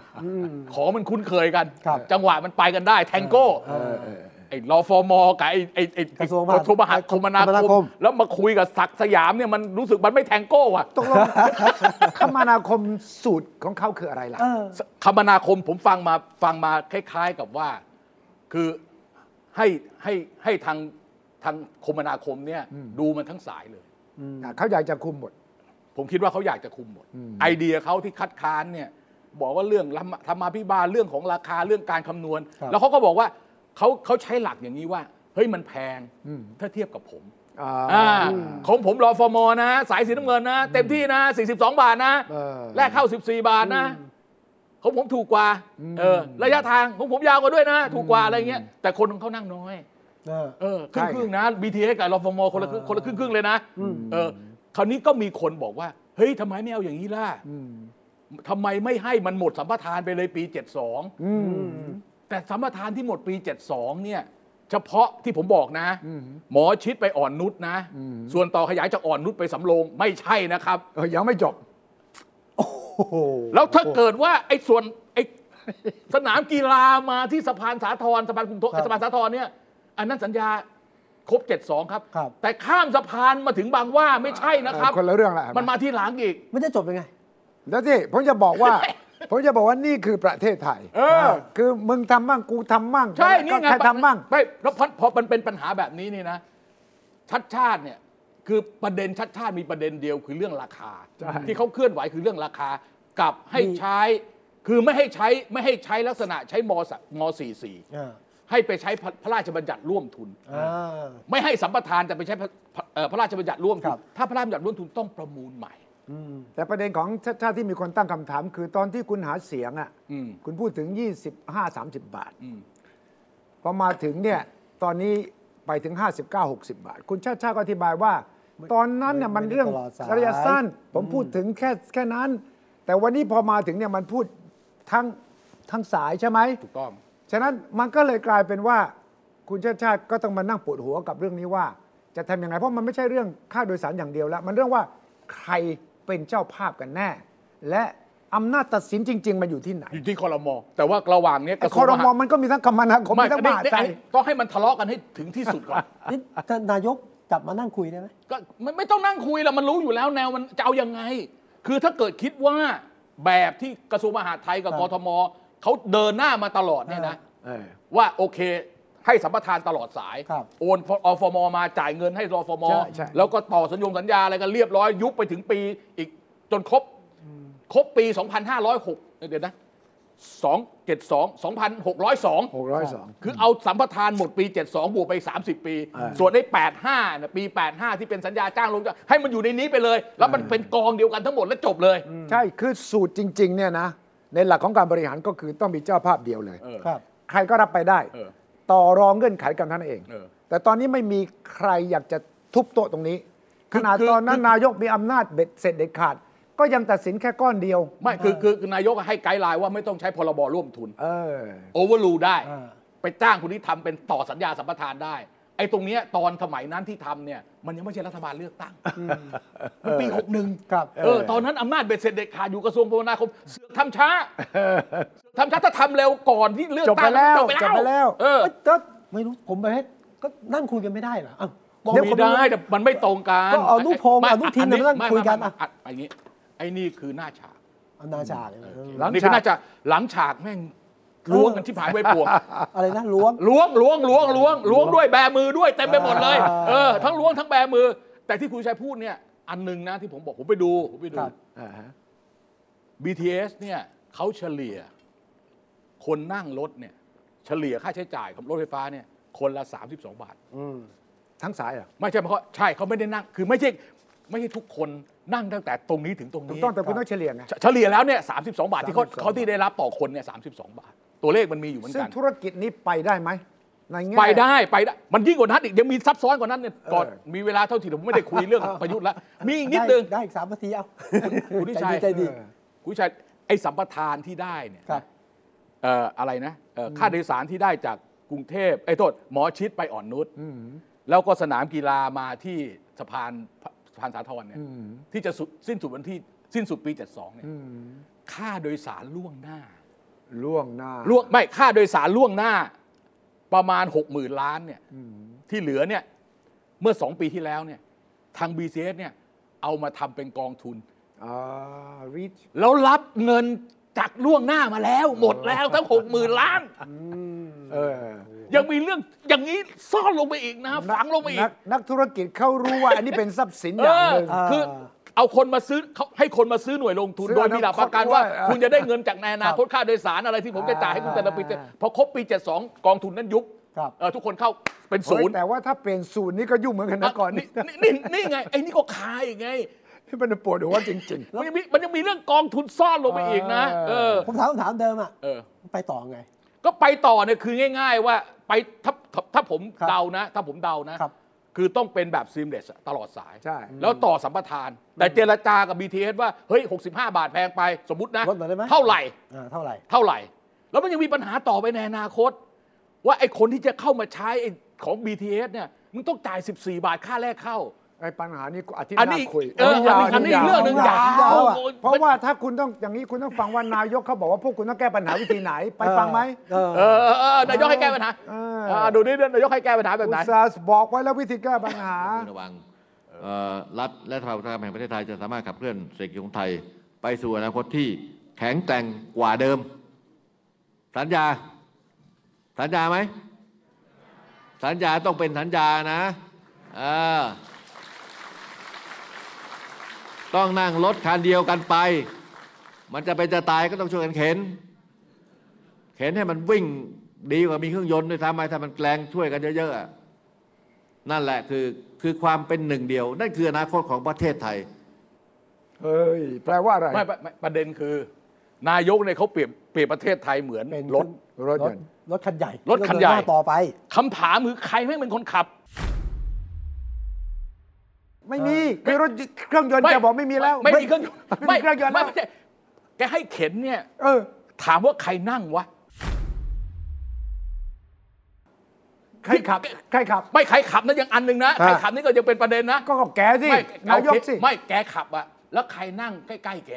S2: ของมันคุ้นเคยกัน
S1: ครับ
S2: จังหวะมันไปกันได้แทงโก้
S1: เออเออ
S2: ไอ้รอฟอมอกับไอ้ไอ้ไอ้
S1: กระทรวงม
S2: ก
S1: หา
S2: ระทรวงมหาดคมนา
S1: คมนา
S2: ค
S1: ค
S2: ม
S1: ม
S2: แล้วมาคุยกับศักดิ์สยามเนี่ยมันรู้สึกมันไม่แทงโก้อะ
S3: ตกลง คมนาคมสูตรของเขาคืออะไรล่ะ
S1: เออ
S2: คมนาคมผมฟังมาฟังมาคล้าย ๆกับว่า คือให้ให้ให้ทางทางคมนาคมเนี่ยดูมันทั้งสายเลย
S3: เขาอยากจะคุมหมด
S2: ผมคิดว่าเขาอยากจะคุมหมด ไอเดียเขาที่คัดค้านเนี่ยบอกว่าเรื่องธรรมธรรมาพิบาลเรื่องของราคาเรื่องการคำนวณ
S1: ครับ
S2: แล้วเขาก็บอกว่าเขาเขาใช้หลักอย่างนี้ว่า เฮ้ยมันแพง
S3: อืม
S2: ถ้าเทียบกับผม
S3: อ่า
S2: อ่าของผมรอฟอร์มอนะ สายสีน้ำเงินนะ เต็มที่นะ 42 บาทนะ
S3: เออ
S2: แลกเข้า 14 บาทนะของผมถูกกว่าเออระยะทางของผมยาวกว่าด้วยนะ ถูกกว่าอะไรเงี้ยแต่คนของเขานั่งน้อย
S1: เออ
S2: เออครึ่งครึ่งๆนะ BTS กับรฟมคนละครึ่งคนละครึ่งครึ่งๆเลยนะเออคราวนี้ก็มีคนบอกว่า เฮ้ยทำไมไม่เอาอย่างนี้ล่ะทำไมไม่ให้มันหมดสัมปทานไปเลยปี
S3: อืม
S2: 72 แต่สัมปทานที่หมดปี 72 เนี่ย เฉพาะที่ผมบอกนะ หมอชิดไปอ่อนนุชนะ ส่วนต่อขยายจากอ่อนนุชไปสำโรงไม่ใช่นะครับ
S3: เออยังไม่จบ
S1: โอ้โห
S2: แล้วถ้าเกิดว่าไอ้ส่วนไอ้ สนามกีฬามาที่สะพานสาทรสะพานกรุงเทพ
S1: ครับ
S2: สะพานสาทรเนี่ย อันนั้นสัญญาครบ 72 ครับ
S1: ครับ
S2: แต่ข้ามสะพานมาถึงบางหว่าไม่ใช่นะครับ
S3: เออคนละเรื่องละ
S2: มันมาที่หลังอีก
S1: มันจะจบยังไง
S3: แล้วที่ผมจะบอกว่า ผมจะบอกว่านี่คือประเทศไทย
S2: เออ
S3: คือมึงทำบ้างกูทำบ้าง
S2: ใช่ นี่ไง
S3: ใครทำบ้าง
S2: ไม่แล้วพอพอมันเป็นปัญหาแบบนี้นี่นะ ชัดชาติเนี่ย คือประเด็นชัดชาติมีประเด็นเดียวคือเรื่องราคา
S3: ใช่
S2: ที่เขาเคลื่อนไหวคือเรื่องราคากับให้ใช้ คือไม่ให้ใช้ไม่ให้ใช้ลักษณะใช้มสมสี่สี่
S1: อ่า
S2: ให้ไปใช้พระพระราชบัญญัติร่วมทุน
S1: อ่า
S2: ไม่ให้สัมปทานแต่ไปใช้พระเอ่อพระราชบัญญัติร่วม
S1: ค
S2: ทุ
S1: รั
S2: น
S1: บ
S2: ถ้าพระราชบัญญัติร่วมทุนต้องประมูลใหม่
S1: อืม
S3: แต่ประเด็นของชาติชาติที่มีคนตั้งคำถาม คือตอนที่คุณหาเสียงอ่ะ
S2: อืม
S3: คุณพูดถึง 25-30 บาท
S2: อืม
S3: พอมาถึงเนี่ยตอนนี้ไปถึง 59-60 บาท คุณชาติชาติก็อธิบายว่า ตอนนั้นเนี่ยมันเรื่อง
S1: ไม่ได้ตลอดสาย
S3: ระยะสั้น ผมพูดถึงแค่แค่นั้น แต่วันนี้พอมาถึงเนี่ยมันพูดทั้งทั้งสายใช่ไหม
S2: ถูกต้อง
S3: ฉะนั้นมันก็เลยกลายเป็นว่าคุณชาติชาติก็ต้องมานั่งปวดหัวกับเรื่องนี้ว่า จะทำยังไงเพราะมันไม่ใช่เรื่องค่าโดยสารอย่างเดียวแล้ว มันเรื่องว่าใครเป็นเจ้าภาพกันแน่ และอำนาจตัดสินจริง ๆ มันอยู่ที่ไหน
S2: อยู่ที่คอรมอแต่ว่าระหว่างเนี้ยก
S3: ไอ้
S2: ระท
S3: ค
S2: รว
S3: อง ร
S2: ม
S3: มอ
S2: หา
S3: มันก็มีทั้งกรรมนาคม
S2: ไม่
S3: มีทั้งมหาด
S2: นี่
S3: ไท
S2: ไอ้
S3: ย
S2: ต้องให้มันทะเลาะกันให้ถึงที่สุดก่อน
S1: นี่ท่านนายกกลับมานั่งคุยได้ไหม
S2: ก็มันไม่ต้องนั่งคุยแล้วมันรู้อยู่แล้วแนวมันจะเอายังไง คือถ้าเกิดคิดว่าแบบที่กระทรวงมหาดไทยกั
S1: ค
S2: บ
S1: รับ
S2: กทมเขาเดินหน้ามาตลอดเนี่ยนะ
S3: เออ
S2: ว่าโอเค ให้สัมปทานตลอดสาย
S1: ครับ
S2: โอนอฟมมาจ่ายเงินให้รอฟม
S3: ใช่ใช่
S2: แล้วก็ต่อสัญญงสัญญาอะไรกันเรียบร้อยยุบไปถึงปีอีกจนครบ ครบปี 2,506เดี๋ยวนะ272 2,602
S3: 602
S2: คือเอาสัมปทานหมดปี 72 บวกไป 30 ปี
S3: เออ
S2: ส่วนไอ้85นะปี 85 ที่เป็นสัญญาจ้างลงจ้างให้มันอยู่ในนี้ไปเลย แล้วมันเป็นกองเดียวกันทั้งหมดแล้วจบเลย
S3: ใช่ คือสูตรจริง ๆ เนี่ยนะ ในหลักของการบริหารก็คือต้องมีเจ้าภาพเดียวเลย
S2: เออ
S1: ครับ
S3: ใครก็รับไปได้
S2: เออ
S3: ต่อรองเงื่อนไขกันเท่านั้นเอง
S2: เออ
S3: แต่ตอนนี้ไม่มีใครอยากจะทุบโต๊ะตรงนี้
S2: คื
S3: ข
S2: อ
S3: นาด
S2: คือ
S3: ตอนนั้นนายกมีอำนาจเบ็ดเสร็จเด็ดขาด ก็ยังตัดสินแค่ก้อนเดียว
S2: ไม่คือคือคือนายกให้ไกด์ไลน์ว่าไม่ต้องใช้พรบร่วมทุน
S3: เออ
S2: โอเวอร์ลูได้
S1: อ่า
S2: ไปจ้างคนที่ทำเป็นต่อสัญญาสัมปทานได้ ไอ้ตรงเนี้ยตอนสมัยนั้นที่ทำเนี่ย มันยังไม่ใช่รัฐบาลเลือกตั้งมันปีหกหนึ่ง
S1: ครับ
S2: เออตอนนั้นอำนาจเบ็ดเสร็จเด็ดขาดอยู่กระทรวงคมนาคมเสือกทำช้าเสือกทำช้าถ้าทำเร็วก่อนที่เลือกตั้ง
S3: จบไปแล้ว
S2: มันจบ
S3: จบไป
S2: ไป
S3: แล้
S2: แล้ว วเออ
S1: ก็ไม่รู้ผมประเทศก็นั่งคุยกันไม่ได้เหรออ้าวบอก
S3: เดี๋ยว
S2: ไม่ได้แต่มันไม่ตรงกัน
S1: ก็เอาอนุพงษ์
S2: ไม่
S1: อนุทิน
S2: อั
S1: มานั่ง
S2: ไม่
S1: คุยกัน
S2: ไม่
S1: อ่ะ
S2: ไม่อันนี้ไอ้นี่คือหน้าฉาก
S1: อำนาจฉากเลยนะ
S3: หลัง
S2: นี่คือห
S3: ฉาก
S2: น้าฉากหลังฉากแม่งล้วงกันที่ผายไว้ปวก
S1: อะไรนะล้วง
S2: ล้วงล้วงล้วงล้วงล้วงด้วยแบมือด้วยเต็มไปหมดเลย
S1: อ่า
S2: เออทั้งล้วงทั้งแบมือ แต่ที่คุณชัยพูดเนี่ย อันหนึงนะที่ผมบอกผมไปดูผมไปดู
S1: ครับ
S3: อ่าฮะ
S2: BTS เนี่ยเขาเฉลี่ย คนนั่งรถเนี่ย เฉลี่ยค่าใช้จ่ายของรถไฟฟ้าเนี่ย คนละ 32 บาท
S1: อืม
S3: ทั้งสายเหรอ
S2: ไม่ใช่เพราะใช่เขาไม่ได้นั่ง คือไม่ใช่ไม่ใช่ทุกคนนั่งตั้งแต่ตรงนี้ถึงตรง
S3: ถูก
S2: นี้
S3: ต้องแต่คุณต้องเฉลี่ยไง
S2: เฉลี่ยแล้วเนี่ย32 บาทที่เขา
S3: 32
S2: เขาที่ได้รับต่อคนเนี่ย32 บาท ตัวเลขมันมีอยู่เหมือน
S3: ซึ่ง
S2: กัน
S3: ธุรกิจนี้ไปได้ไหมในแง่
S2: ไปได้ไปได้ มันยิ่งกว่านั้นอีกยังมีซับซ้อนกว่านั้นเนี่ยก่อน
S3: เออ
S2: มีเวลาเท่าที่ผมไม่ได้คุยเรื่อง ประยุทธ์ละมีอีกนิดนึง
S1: ไได้อีกสามนาทีเอา
S2: คุณนิชัย
S1: ใจดี
S3: เออ
S2: คุณชัยไอ้สัมปทานที่ได้เนี่ย
S1: ครับ
S2: เอ่ออะไรนะเอ่ออค่าโดยสารที่ได้จากกรุงเทพไอ้ยโทษหมอชิดไปอ่อนนุช
S3: อืม
S2: แล้วก็สนามกีฬามาที่สะพานสะพานสาทรเนี่ย
S3: อืม
S2: ที่จะสุดสิ้นสุดวันที่สิ้นสุดปี 72เนี่ย
S3: อืม
S2: ค่าโดยสารล่วงหน้า
S3: ล่วงหน้า
S2: ล่วงไม่ค่าโดยสารล่วงหน้าประมาณ 60,000 ล้านเนี่ย
S3: อืม
S2: ที่เหลือเนี่ยเมื่อ 2 ปีที่แล้วเนี่ยทาง BCS เนี่ยเอามาทำเป็นกองทุน
S3: อ่า reach
S2: แล้วรับเงินจากล่วงหน้ามาแล้ว หมดแล้วทั้งหกหมื่นล้าน
S3: เออ
S2: ยังมีเรื่องอย่างนี้ซ่อนลงไปอีกนะฝังลงไปอี
S3: นั
S2: ก
S3: กนักธุรกิจเขารู้ว่าอันนี้เป็นทรัพย์สินอ
S2: เอย่าง อ
S3: หนึ่ง
S1: เอ
S2: คือเอาคนมาซื้อเขาให้คนมาซื้อหน่วยลงทุน
S3: ซื้อ
S2: โดยมีหลักประกันว่า
S3: อนาคตไว้
S2: คุณจะได้เงินจากในอนาคตค่าโดยสารอะไรที่ผมจะจ่ายให้คุณแต่ละปี
S3: อ่า
S2: พอครบปี 72 กองทุนนั้นยุบ
S1: ครับ
S2: เออทุกคนเข้าเป็นศูนย์
S3: แต่ว่าถ้าเปลี่ยนศูนย์นี่ก็ยุ่งเหมือนกันนะก่อนนี่
S2: อ่ะนี่นี่นี่ไงไอ้นี่ก็คาอีกไง
S3: มันปวดหัวจริง
S2: มันยังมีมันยังมีเรื่องกองทุนซ่อนลงไปอีกนะ เอ
S3: เอ
S2: อ
S3: อ
S1: ผมถามคำถามเดิมอ่ะ
S2: เออ
S1: ไปต่อไง
S2: ก็ไปต่อเนี่ยคือง่าย ๆ ว่าไปถ้าถ้าถ้าผม
S1: ครับ
S2: เดานะ ถ้าผมเดานะ
S1: ครับ
S2: คือต้องเป็นแบบซีมเลสตลอดสาย
S3: ใช่
S2: แล้วต่อสัมปทาน แต่เจรจากับ BTS ว่า เฮ้ย 65 บาทแพงไปสมมตินะ
S1: ลดหน่อยได้ไหม
S2: เท่าไหร่
S1: อ่าเท่าไหร่
S2: เท่าไหร่ แล้วมันยังมีปัญหาต่อไปในอนาคต ว่าไอ้คนที่จะเข้ามาใช้ไอ้ของ BTS เนี่ยมึงต้องจ่าย 14 บาทค่าแรกเข้า
S3: ๆไอ้ปัญหานี้อาทิตย์ห
S2: อัน
S3: น้า
S2: นี้
S3: คุย
S2: เอออันนี้อีกเรื่องหนึ่ง
S1: ยาว
S2: วย
S1: าว วอะ
S2: โอ้ย
S3: เพราะว่าถ้าคุณต้องอย่างนี้คุณต้องฟังว่านายกเขาบอกว่าพวกคุณต้องแก้ปัญหาวิธีไหน ไปฟังไหม
S1: เออ
S2: เออเออเออนายกให้แก้ปัญหา
S3: เออ
S2: เออดูนี่นายกให้แก้ปัญหาแบบ
S3: อุ
S2: ไหน
S3: ตสาห์บอกไว้แล้ววิธีแก้ปัญหา
S4: ระวังเอ่อรัฐและสภาอุตสาหกรรมแห่งประเทศไทยจะสามารถขับเคลื่อนเศรษฐกิจของไทย ไปสู่อนาคตที่แข็งแกร่งกว่าเดิม สัญญา สัญญาไหม สัญญาต้องเป็นสัญญานะเออต้องนั่งรถคันเดียวกันไป มันจะเป็นจะตายก็ต้องช่วยกันเข็น เข็นให้มันวิ่งดีกว่ามีเครื่องยนต์ด้วยซ้ำไปถ้ามันแกลงช่วยกันเยอะๆอะ นั่นแหละคือคือความเป็นหนึ่งเดียว นั่นคืออนาคตของประเทศไทย
S3: เฮ้ย แปลว่าอะไร
S2: ไม่ไม่ไม่ประเด็นคือ นายกเนี่ยเขาเปรียบเปรียบประเทศไทยเหมือน
S1: เป็น
S2: รถ
S3: รถยนต์
S1: รถคันใหญ่
S2: รถคันใหญ่
S1: เดิาต่อไป
S2: คำถามคือใครไม่เป็นคนขับ
S3: ไม่มีคือรถเครื่องยนต์แกบอกไม่มีแล้ว
S2: ไม่มีเครื่องยนต์
S3: ไม่มีเครื่องยนต์แล้ว
S2: ไม่ใช่แกให้เข็นเนี่ย
S3: เออ
S2: ถามว่าใครนั่งวะ
S3: ใครขับ ใครขับ
S2: ไม่ใครขับนั่นยังอันหนึ่งนะ
S3: อ่า
S2: ใครขับนี่ก็ยังเป็นประเด็นนะ
S3: ก็ของแกสิ
S2: ไม่
S3: นายกสิ
S2: ไม่แกขับอะแล้วใครนั่งใกล้ๆแก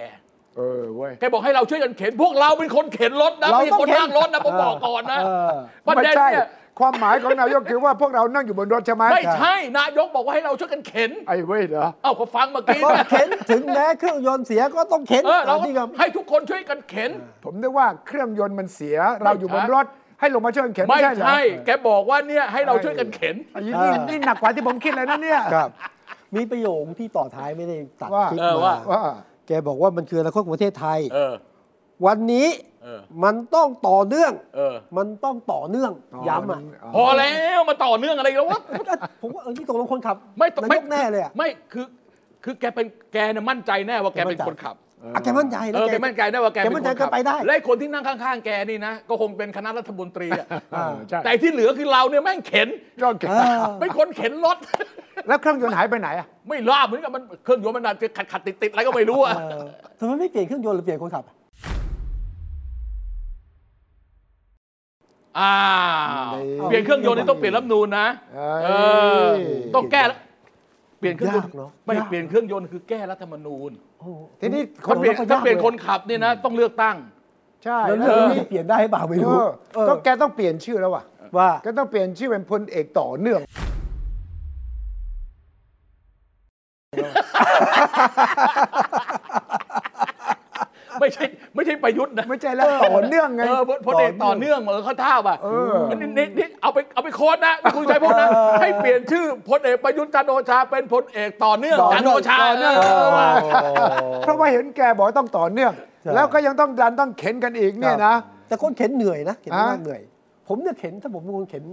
S3: เออเว้ย
S2: แกบอกให้เราช่วยกันเข็นพวกเราเป็นคนเข็นรถนะ
S1: เรา
S2: ไม่ใช่
S1: ต้อง
S2: คน
S1: เข็น
S2: นั่งรถนะผมบอกก่อนนะ
S1: เออ
S2: ประ
S3: ไม่
S2: เด็น
S3: ใช่
S2: เนี่ย
S3: ความหมายของนายกคือว่าพวกเรานั่งอยู่บนรถใช่ไหม
S2: ไม่ใช่นายกบอกว่าให้เราช่วยกันเข็น
S3: ไอ้เว้ยเหรอ
S2: เอ้าก็ฟังเมื่อกี้
S1: ต้อง
S2: นะ
S1: เข็น ถึงแม้เครื่องยนต์เสียก็ต้องเข็น
S2: เออเรา
S1: ตม
S2: ก็
S1: ที่กำ
S2: ให้ทุกคนช่วยกันเข็น
S3: ผมนึกว่าเครื่องยนต์มันเสีย เราอยู่บนรถให้ลงมาช่วยกันเข็น
S2: ไม่
S3: ไม่ใช่เหรอ
S2: ใช่แกบอกว่าเนี่ยให้เราช่วยกันเข็น
S3: ไอ้นี่
S1: เออ
S3: นี่หนักกว่าที่ผมคิดเลยนะเนี่ย
S1: ครับ มีประโยคที่ต่อท้ายไม่ได้ตัด
S3: ว่า
S1: คลิป
S2: เออ
S1: มา
S2: ว่า
S3: ว่า
S1: แกบอกว่ามันคืออนาคตของประเทศไทย
S2: เออ
S1: วันนี้
S2: เออ
S1: มันต้องต่อเนื่อง
S2: เออ
S1: มันต้องต่อเนื่อง
S3: ต่อ
S1: ย้ำอ่ะ
S3: เนื่อง
S2: พอแล้วมาต่อเนื่องอะไรแล้ววะ
S1: ก็ผมว่าเออนี่ตกลงคนขับ
S2: ไม่ต
S1: นายกแน่เลยอ่ะ
S2: ไม่คือคือแกเป็นแกเนี่ยมั่นใจแน่ว่าแกเป็นคนขับ
S1: อ่ะแกมั่นใจ
S2: เอ
S1: แล้ว
S2: อ
S1: แก
S2: แกมั่นใจแน่ว่าแกเป็น
S1: แกมั่
S2: คน
S1: นใจ
S2: ขับ
S1: แกไปได้
S2: และคนที่นั่งข้างๆแกนี่นะ ก็คงเป็นคณะรัฐมนตรีอะ
S3: เออใช่
S2: แต่ที่เหลือคือเราเนี่ยแม่งเข็น
S3: ยอดเก่ง
S1: เออ
S2: เป็นคนเข็นรถ
S3: แล้วเครื่องยนต์หายไปไหนอ่ะ
S2: ไม่ลาบเหมือนกับมันเครื่องยนต์มันอาจจะขัดขัดติดติดๆอะไรก็ไม่รู้อะ
S1: เออทำไมไม่เปลี่ยนเครื่องยนต์หรือเปลี่ยนคนขับ
S2: อ่าเปลี่ยนเครื่องยนต์นี่ต้องเปลี่ยนรัฐธรรมนูนนะ
S3: เอ้ย
S2: เออต้องแก้ละเปลี่ยนเครื่องยน
S1: ยาก
S2: ต์
S1: เนอะ
S2: ไม่
S1: ยาก
S2: เปลี่ยนเครื่องยนต์คือแก้รัฐธรรมนูญ
S1: โอ้โห
S3: ทีนี้
S1: ต
S2: ถ้าก เปลี่ยน
S1: ง
S2: ถ้าเปลี่ยน
S1: แวก็ก
S2: คนขับเนี่ยนะ ต้องเลือกตั้ง
S3: ใช่
S1: แล้วเรื่องนี้เปลี่ยนได้หรือเปล่าไม่รู้
S3: เอ
S1: เอ
S3: อก็
S1: อ
S3: แกต้องเปลี่ยนชื่อแล้วว่ะ
S1: ว่า
S3: แกต้องเปลี่ยนชื่อเป็นพลเอกต่อเนื่อง
S2: ไม่ใช่ไม่ใช่ประยุทธ์นะ
S3: ไม่ใช่แล้วต่อเนื่องไง
S2: เออพลพลเอกต่อเนื่องเหมือนเขาท่าป่ะนี่นี่นี่เอาไปเอาไปโค้ดนะคุณชัยพจน์นะให้เปลี่ยนชื่อพลเอกประยุทธ์จันทร์โอชาเป็นพลเอกต่อเนื่อง
S1: ต่อ
S2: จันท
S1: เนื่
S2: ร์
S1: อง
S2: โอชา
S3: ต่อเนื่อง
S2: เออว่ะ
S3: เพราะว่าเห็นแกบอกต้องต่อเนื่อง
S1: ใช่
S3: แล้วก็ยังต้องดันต้องเข็นกันอีกเนี่ยนะ
S1: แต่คนเข็นเหนื่อยนะเข็นมาก
S3: ฮะ
S1: เหนื่อย ผมเนี่ยเข็นถ้าผมเป็นคนเข็น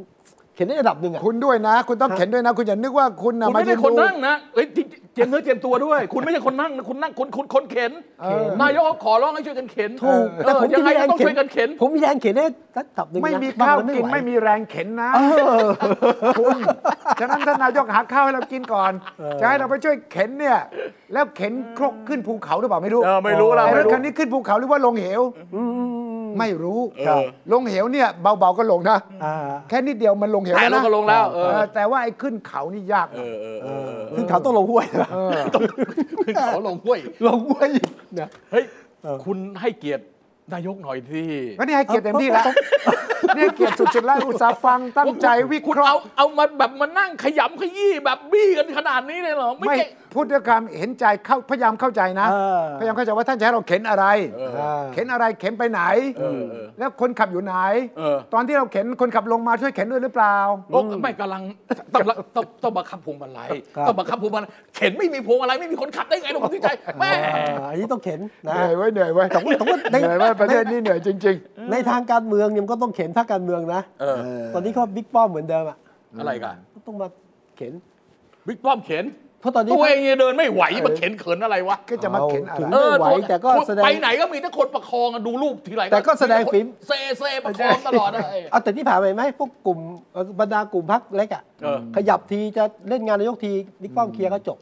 S1: เข็นได้ระดับหนึ่งอ่ะ
S3: คุณด้วยนะ คุณต้องเข็นด้วยนะ คุณอย่านึกว่าคุณนะ
S2: คุณ
S3: มา
S2: ไม่
S3: ยื
S2: ใช่
S3: น
S2: คน
S3: ดู
S2: นั่งนะเอ้ยจริงๆเจียมเนื้อเจียมตัวด้วย คุณไม่ใช่คนนั่งนะคุณนั่งคุณคุณคนเข็น
S3: เออ
S2: นายกก็ขอร้องให้ช่วยกันเข็น
S1: ถูก
S2: เออ
S1: แต่ผม
S2: ยัง
S1: จะมีแร
S2: ไงก็
S1: ง
S2: ต้อง
S1: เข็
S2: ช่วยกันเข็น
S1: ผมมีแรงเข็นได้ระดับหนึ่งนะ
S3: ไม่มีข้าว
S1: บงน
S3: กิน
S1: ห
S3: ไม่มีแรงเข็นนะ
S1: เออ
S3: คุณฉะนั้นท่านนายกหาข้าวให้เรากินก่อน
S1: เออ
S3: จะให้เราไปช่วยเข็นเนี่ย แล้วเข็นครกขึ้นภูเขาหรือเปล่าไม่รู้
S2: เออไม่รู้ล่ะ
S3: อ้
S2: ไม่
S3: ร
S2: รู้
S3: ถคันนี้ขึ้นภูเขาหรือว่าลงเหว
S1: อืม
S3: ไม่รู้
S1: ครับ
S3: ลงเหวเนี่ยเบาๆก็ลงนะ
S1: อ่า
S3: แค่นิดเดียวมันลงเหว
S2: ใช่
S3: แล้ว
S2: ลง
S3: นะ
S2: ก็ลงแล้วเออ
S3: เออแต่ว่าไอ้ขึ้นเขานี่ยาก
S2: เออเออเออ
S1: คือเขาต้องลงห้วยนะ
S3: เออ
S2: ขึ้นเขาลงห้วย
S1: ลงห้วยนะ
S2: เฮ้ย
S1: เออ
S2: คุณให้เกียรตินายกหน่อยที่
S3: ก็นี่ให้เกียรติเต็ม ที่แล้วนี่ให้เกียรติสุดๆแล้วอุตส่าห์ฟังตั้งใจวิเค
S2: คุณ
S3: ราะ
S2: เอา
S3: ห์
S2: เอามาแบบมานั่งขยำขยี้แบบบี้กันขนาดนี้เลยเหรอ ไม่
S3: ไม่
S2: เก่ง
S3: พูดด้วยความเห็นใจเข้าพยายามเข้าใจนะ
S1: เออ
S3: พยายามเข้าใจว่าท่านจะให้เราเข็นอะไร
S2: เออ
S3: เข็นอะไรเข็นไปไหน
S2: เออเออ
S3: แล้วคนขับอยู่ไหน
S2: เออ
S3: ตอนที่เราเข็นคนขับลงมาช่วยเข็นด้วยหรือเปล่า
S2: โอ้ไม่กำลังต้องต้องต้องบังคับพวงมาลัย
S1: ครับ
S2: ต้องบังคับพวงมาลัยเข็นไม่มีพวงมาลัยไม่มีคนขับได้ไงหรอกคุณที่ใจแม่
S1: อ่าอันนี้ต้องเข็นนะ
S3: เหนื่อยไว้ยเหนื่อยไว้ย
S1: แต่ว่าแต่ว่าใน
S3: เหนื่อยไว้ยประเทศนี้เหนื่อยจริง
S1: ในทางการเมืองเนี่ยมันก็ต้องเข็นพรรคการเมืองนะ
S2: เออ
S1: ตอนนี้ก็บิ๊กป้อมเหมือนเดิมอ่ะ
S2: อะไรกัน
S1: ก็ต้องมาเข็น
S2: บิ๊กป้อมเข็น
S1: เพราะตอนนี้
S2: ตัวเองยังเดินไม่ไหวมาเข็นเขินอะไรวะ
S3: ๆ ก็จะมาเข็นอะ
S1: เอา
S3: ไร
S1: ถึง ไม่ไหวแต่ก็แสดง
S2: ไปไหนก็มีแต่คนประคองอะดูรูปทีไร
S1: แต่ก็แสดงฝีม
S2: เซเซประคองตลอดอะไอ้
S1: เอาแต่ที่ผ่านไปไหมพวกกลุ่มเอ่อบรรดากลุ่มพรรคเล็กอ่ะ
S2: เออ
S1: ขยับทีจะเล่นงานนายกทีบิ๊กป้อมเคลียร์ก็จบ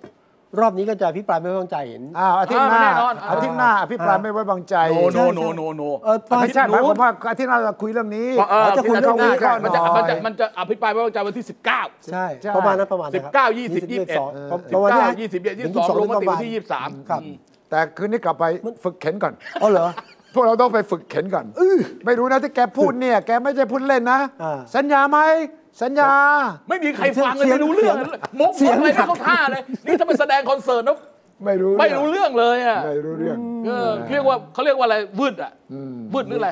S1: รอบนี้ก็จะพิปรายไม่ไว้วางใจเห็น
S3: อ้าวอาทิตย์หน้า
S2: อ่าแน่นอน
S3: อาทิตย์หน้าอภิปรายไม่ไว้วางใจ
S2: โนโนโนโนโน
S1: เออตอน
S3: ไม่ใช่หมายความว่าอาทิตย์หน้าเราคุยเรื่องนี้
S2: เออ
S1: จะคุยเรื่องนี้
S2: มันจะ
S3: ก่อน
S2: มันจะ
S3: หน่อย
S2: มันจะอภิปรายไม่ไว้วางใจวันที่ 19
S1: ใช่
S3: ใช่
S1: ประมาณนั้นประมาณนั้นครับ
S2: 19 20 21
S1: 20ประมาณนี้
S2: 19 20 21 22ลงมติวันที่ 23
S1: ครับ
S2: อืม
S3: แต่คืนนี้กลับไปฝึกเข็นก่อน
S1: อ๋อเหรอ
S3: พวกเราต้องไปฝึกเข็นก่อนไม่รู้นะที่แกพูดเนี่ยแกไม่ใช่พูดเล่นนะ
S1: อ่า
S3: สัญญาไหมสัญญา
S2: ไม่มีใครฟังเลยไม่รู้เรื่องเลยมก
S1: เสียง
S2: อะไรไม่เข้าท่าเลย นี่ถ้าไปแสดงคอนเสิร์ตนะ
S3: ไม่รู้
S2: ไม่รู้เรื่องเลยอ่ะ
S3: ไม่รู้เรื่อง
S2: เออเรียกว่าเขาเรียกว่าอะไรวืดอ่ะวืดหรืออะไร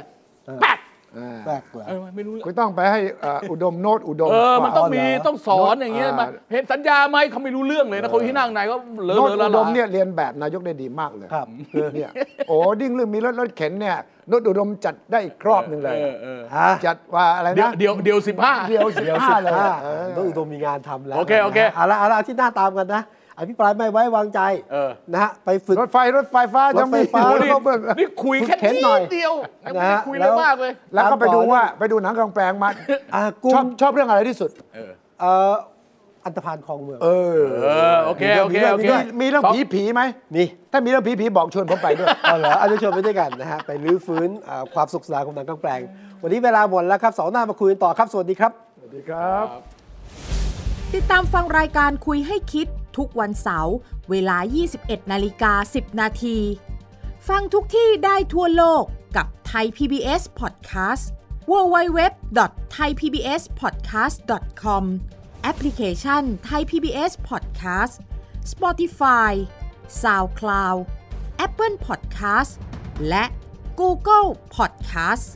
S2: แป๊ด
S3: อ่า
S1: แปลกเหรอ
S2: เออไม่รู้เรื่อง
S3: คุณต้องไปให้อ่าอุดมโนตอุดม
S2: เออ มันต้องมี
S1: เอาเหรอ
S2: ต้องสอนอย่างเงี้ย
S3: อ่าม
S2: มาเห็นสัญญาไหมเขาไม่รู้เรื่องเลยนะคนที่นั่งไหนก็เหลอะ
S3: โน
S2: เลอะ
S3: ตอุ
S2: ละ
S3: ด
S2: ลาม
S3: เนี่ยเรียนแบบนายกได้ดีมากเลย
S1: ครับ
S3: เนี่ยโอ้ดิ้งเรื่องมีรถรถเข็นเนี่ยโนตอุดมจัดได้อีกรอบหนึ่งเลย
S2: เออเออ
S1: ฮะ
S3: จัดว่าอะไร
S2: เดี๋ยว
S3: นะ
S2: เดี๋ยวเดี๋ยวสิบห้า
S3: ยวสิบห้าเลย
S1: อ่า
S3: เออ
S1: ต้องอุดมมีงานทำแล้ว
S2: โอเคโอเค
S1: นะฮะเอาละเอาละอาที่หน้าตามกันนะอภิปรายไม่ไว้วางใจ
S2: เออ
S1: นะฮะไปฝึก
S3: รถไฟรถไฟฟ้าจะมี
S1: รถไฟฟ้า
S3: โอ้โห
S2: นี่
S3: นี่
S2: นี่คุยแค่
S1: เข็นหน่อย
S2: นิดเดียวยังไม่
S1: นะ
S2: ได้
S1: ฮะ
S2: คุย
S1: แล้
S2: เลยว มากเลย
S3: แล้วก็ไปดูว่าไปดูหนังกลางแปลงมา
S1: อ่ากลุ่
S3: ชอบ
S1: ม
S3: ชอบเรื่องอะไรที่สุด
S2: เออ
S1: เอ่ออันตพานคลองเมือง
S3: เออ
S2: เออโอเคโอเคโอเค
S1: มีด้วย
S3: มีเรื่องผีผีไหม
S1: นี่
S3: ถ้ามีเรื่องผีผีบอกชวนผมไปด้วย
S1: เอาเหรออาจจะชวนไปด้วยกันนะฮะ ไปรื้อฟื้นเอ่อความสุขสนานของหนังกลางแปลง วันนี้เวลาหมดแล้วครับเสาร์หน้ามาคุยกันต่อครับ สวัสดีครับ
S3: สวัสดีครับ
S5: ติดตามฟังรายการคุยให้คิดทุกวันเสาร์เวลา 21 นาฬิกา 10 นาที ฟังทุกที่ได้ทั่วโลกกับไทย PBS Podcast www.thaipbspodcast.com แอปพลิเคชัน Thai PBS Podcast Spotify SoundCloud Apple Podcast และ Google Podcast